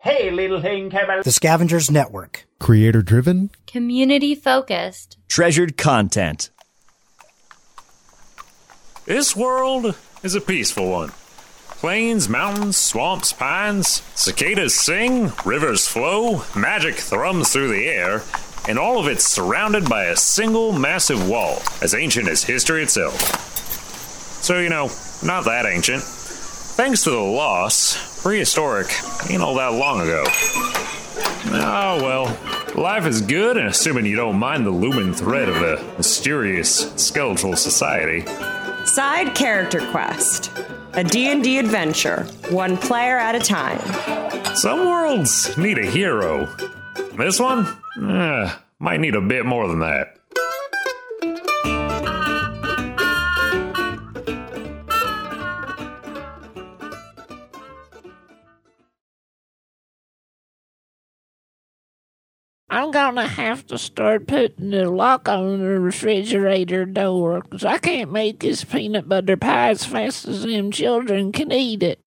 Hey, little thing, have a
The Scavengers Network.
Creator driven?
Community focused.
Treasured content.
This world is a peaceful one. Plains, mountains, swamps, pines, cicadas sing, rivers flow, magic thrums through the air, and all of it's surrounded by a single massive wall, as ancient as history itself. So, you know, not that ancient. Thanks to the loss, prehistoric ain't all that long ago. Oh well, life is good, and assuming you don't mind the looming threat of a mysterious skeletal society.
Side character quest. A D&D adventure, one player at a time.
Some worlds need a hero. This one? Eh, might need a bit more than that.
I'm gonna have to start putting a lock on the refrigerator door, 'cause I can't make this peanut butter pie as fast as them children can eat it.